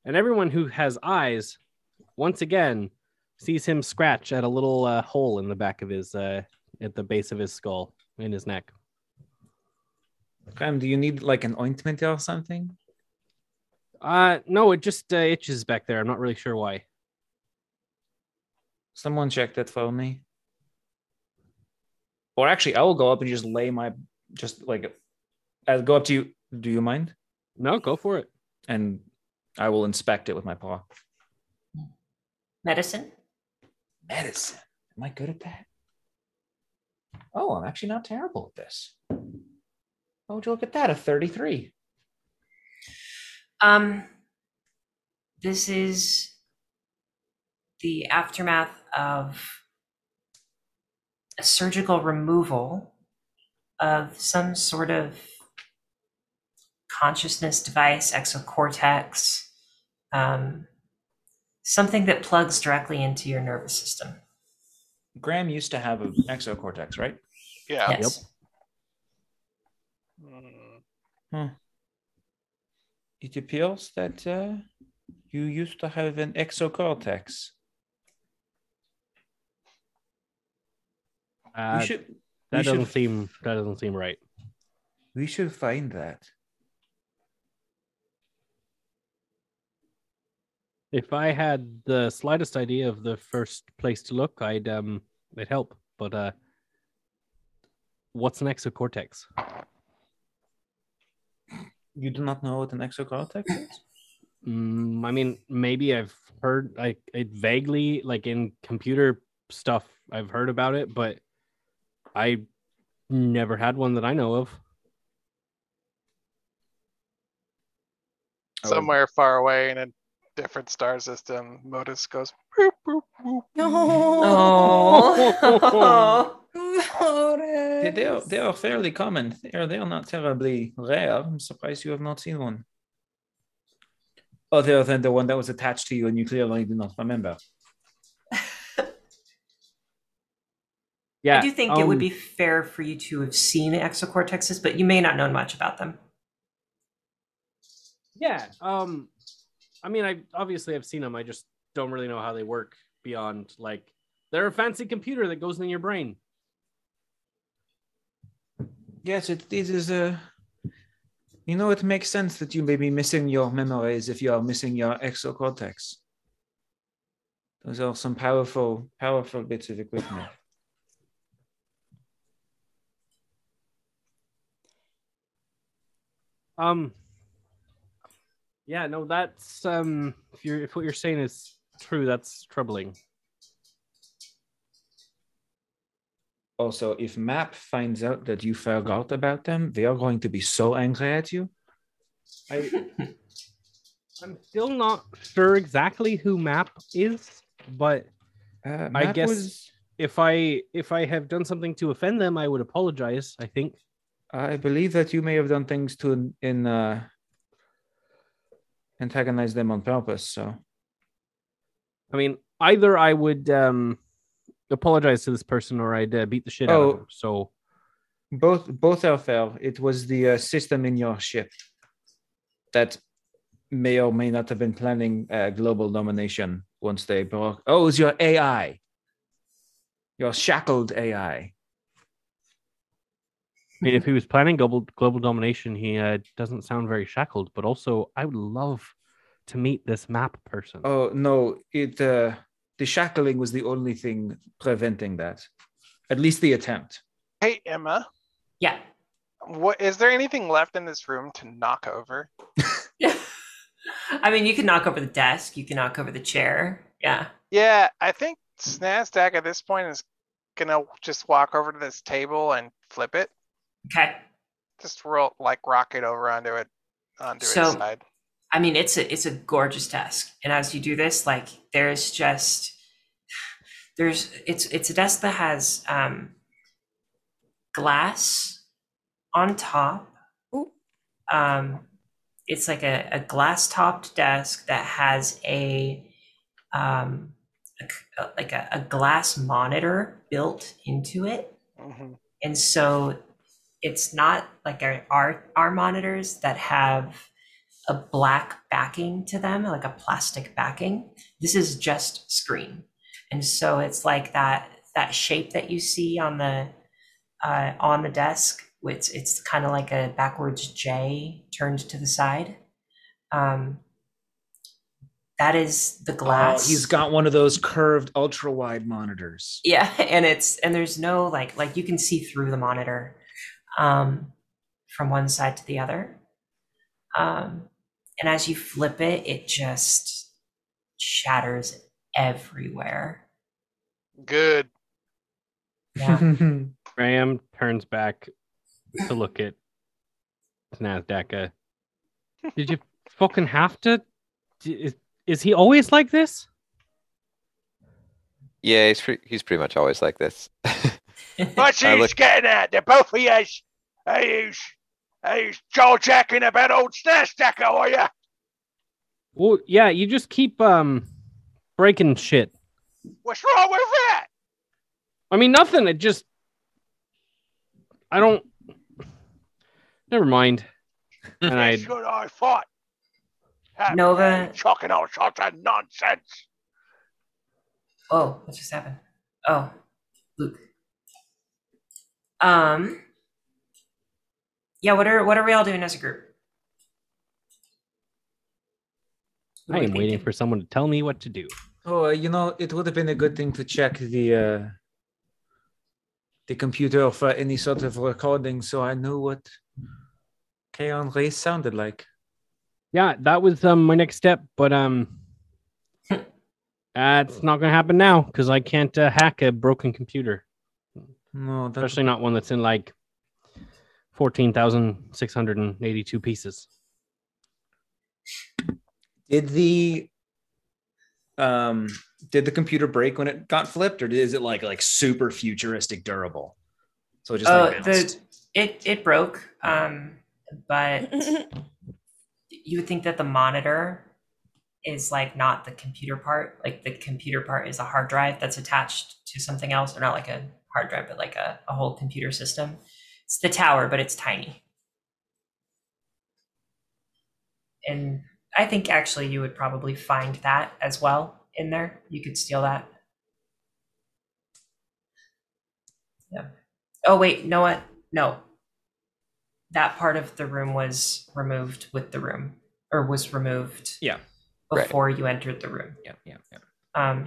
and everyone who has eyes, once again, sees him scratch at a little uh, hole in the back of his, uh, at the base of his skull in his neck. Graham, do you need like an ointment or something? Uh, no, it just uh, itches back there. I'm not really sure why. Someone check that for me. Or actually, I will go up and just lay my just like I'll go up to you. Do you mind? No, go for it. And I will inspect it with my paw. Medicine. Medicine. Am I good at that? Oh, I'm actually not terrible at this. Oh, would you look at that? A 33. Um, this is the aftermath of a surgical removal of some sort of consciousness device, exocortex, um, something that plugs directly into your nervous system. Graham used to have an exocortex, right? Oh, Yeah. yes. Mm. It appears that uh, you used to have an exocortex. Uh, we should. that we doesn't should, seem that doesn't seem right. We should find that. If I had the slightest idea of the first place to look, I'd um, it'd help. But uh, what's an exocortex? You do not know what an exocortex is? Mm, I mean, maybe I've heard like it vaguely, like in computer stuff, I've heard about it, but I never had one that I know of. Oh. Somewhere far away in a different star system, Modus goes boop, boop, boop. Oh. They, Modus. they, are, they are fairly common. They are, they are not terribly rare. I'm surprised you have not seen one. Other than the one that was attached to you and you clearly do not remember. Yeah, I do think it would um, be fair for you to have seen exocortexes, but you may not know much about them. Yeah. Um, I mean, I obviously I've seen them. I just don't really know how they work beyond like they're a fancy computer that goes in your brain. Yes, it, it is a. You know, it makes sense that you may be missing your memories if you are missing your exocortex. Those are some powerful, powerful bits of equipment. Um. Yeah. No, that's um. If you're if what you're saying is true, that's troubling. Also, if Map finds out that you forgot about them, they are going to be so angry at you. I I'm still not sure exactly who Map is, but Uh, I Map guess was- if I if I have done something to offend them, I would apologize. I think. I believe that you may have done things to in uh, antagonize them on purpose. So I mean, either I would um apologize to this person or I'd uh, beat the shit out Oh. of them. So both both are fair. It was the uh, system in your ship that may or may not have been planning uh, global domination once they broke. Oh, it was your AI, your shackled AI. I mean, if he was planning global global domination, he uh, doesn't sound very shackled. But also, I would love to meet this map person. Oh no, it uh, the shackling was the only thing preventing that. At least the attempt. Hey Emma, Yeah. what is there anything left in this room to knock over? I mean, you can knock over the desk, you can knock over the chair. Yeah. Yeah, I think Snazdack at this point is gonna just walk over to this table and flip it. Okay. Just roll like rocket over onto it. onto its So- side. I mean, it's a it's a gorgeous task, and as you do this, like there's just there's it's it's a desk that has um, glass on top. Ooh. Um, it's like a, a glass topped desk that has a um, a c- like a, a glass monitor built into it Mm-hmm. Mhm. and so it's not like our our, our monitors that have a black backing to them like a plastic backing this is just screen and so it's like that that shape that you see on the uh, on the desk it's it's kind of like a backwards j turned to the side um that is the glass Oh, he's got one of those curved ultra wide monitors. yeah and it's and there's no like like you can see through the monitor um from one side to the other um and as you flip it it just shatters everywhere Good. yeah Graham turns back to look at Snazdaka. Did you fucking have to? D- Is, is he always like this? Yeah, he's pre- he's pretty much always like this. What's I you look- getting at? The both of yous. Are you, are you jaw jacking about old Snapstacker, are you? Well, yeah, you just keep um breaking shit. What's wrong with that? I mean, nothing. It just. I don't. Never mind. And I That's what I thought. Have Nova- you Talking all sorts of nonsense. oh what just happened oh luke um yeah what are what are we all doing as a group What I are we am waiting thinking? for someone to tell me what to do. Oh, uh, you know, it would have been a good thing to check the uh, the computer for any sort of recording, so I knew what Kaon Race sounded like. Yeah, that was um my next step, but um, that's not gonna happen now because I can't uh, hack a broken computer, No, that, especially not one that's in like fourteen thousand six hundred and eighty-two pieces. did the um did the computer break when it got flipped, or is it like like super futuristic durable? So it just Uh, like the- bounced. It it broke, um, but you would think that the monitor is like not the computer part. Like the computer part is a hard drive that's attached to something else, or not like a hard drive, but like a, a whole computer system. It's the tower, but it's tiny. And I think actually you would probably find that as well in there. You could steal that. Yeah. Oh wait, Noah, no. That part of the room was removed with the room, or was removed. Yeah. Right. Before you entered the room. yeah, yeah, yeah. Um,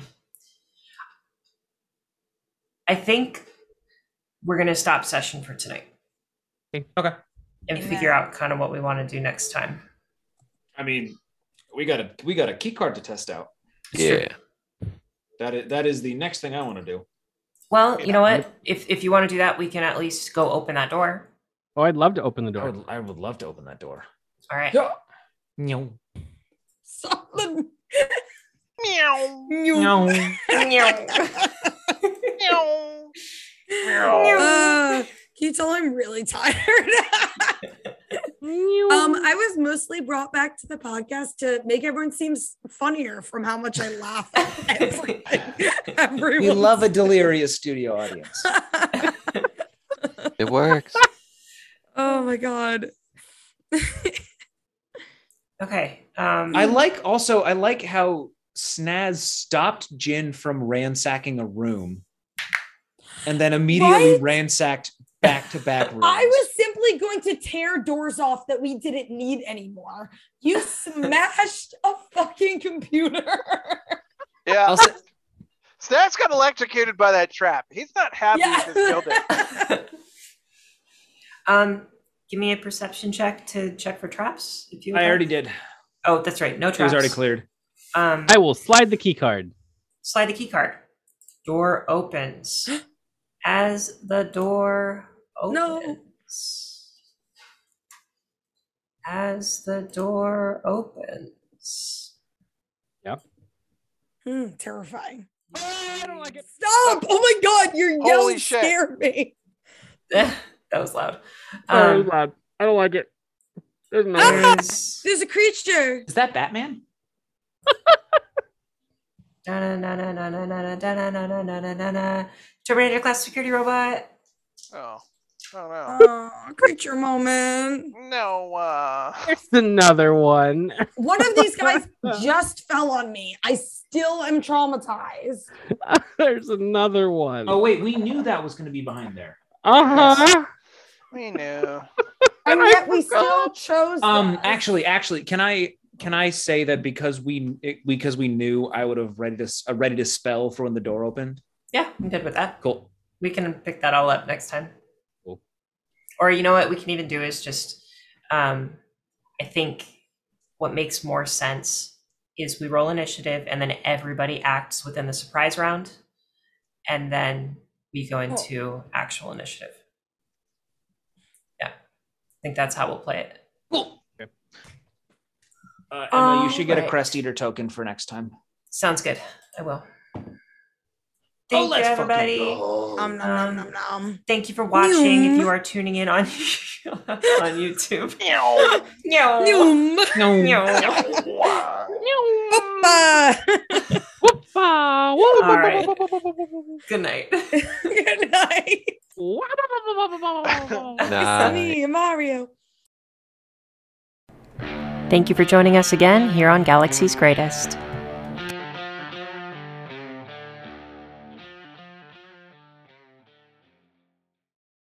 I think we're gonna stop session for tonight Okay. and Yeah. figure out kind of what we want to do next time. I mean, we got a we got a key card to test out. yeah. That is that is the next thing I want to do. Well, you know what? If if you want to do that, we can at least go open that door. Oh, I'd love to open the door. I would, I would love to open that door. All right. Yeah. No. Stop the- Meow. No. Meow. Uh, can you tell I'm really tired? um, I was mostly brought back to the podcast to make everyone seem s- funnier from how much I laugh. At every- We everyone. love a delirious studio audience. It works. oh my god. okay. Um, I like also I like how Snaz stopped Jin from ransacking a room and then immediately Right? ransacked back to back rooms. I was simply going to tear doors off that we didn't need anymore. You smashed a fucking computer. Yeah. I'll say- Snat's got electrocuted by that trap. He's not happy with this building. um, give me a perception check to check for traps. If you. would I like. already did. Oh, that's right. No traps. It was already cleared. Um, I will slide the key card. slide the key card. Door opens. As the door No. opens, as the door opens. Hmm, terrifying. I don't like it. Stop! Oh my god, your Holy yell shit. scared me. that was loud. Oh, Um, lad. I don't like it. There's no Ah! there is- There's a creature. Is that Batman? Da-na-na-na-na-na-na-na-na-na-na-na-na. Terminator class security robot. Oh, oh no. Oh, creature moment. No. Uh, There's another one. One of these guys just fell on me. I still am traumatized. There's another one. Oh wait, we knew that was going to be behind there. uh huh. we knew. And I yet we still chose. Um, that. actually, actually, can I can I say that because we it- because we knew I would have ready to s- uh, ready to spell for when the door opened. Yeah, I'm good with that. Cool. We can pick that all up next time. Cool. Or you know what we can even do is just um I think what makes more sense is we roll initiative and then everybody acts within the surprise round and then we go into actual initiative. Yeah. I think that's how we'll play it. Cool. Uh, Emma, you should get a Alright. crest eater token for next time. Sounds good. I will. Thank you, Oh, let's fucking everybody. Nom, nom, nom, nom, nom. Thank you for watching. If Noom. you are tuning in on on YouTube, Meow. no, Noom. Uh, No. no. Meow. Hoppa. Whoop-ah, whoop-ah, All right. whoop-ah, whoop-ah, whoop-ah, whoop-ah, Good night. Good night. whoop-ah. Uh, It's me, Mario. Thank you for joining us again here on Galaxy's Greatest.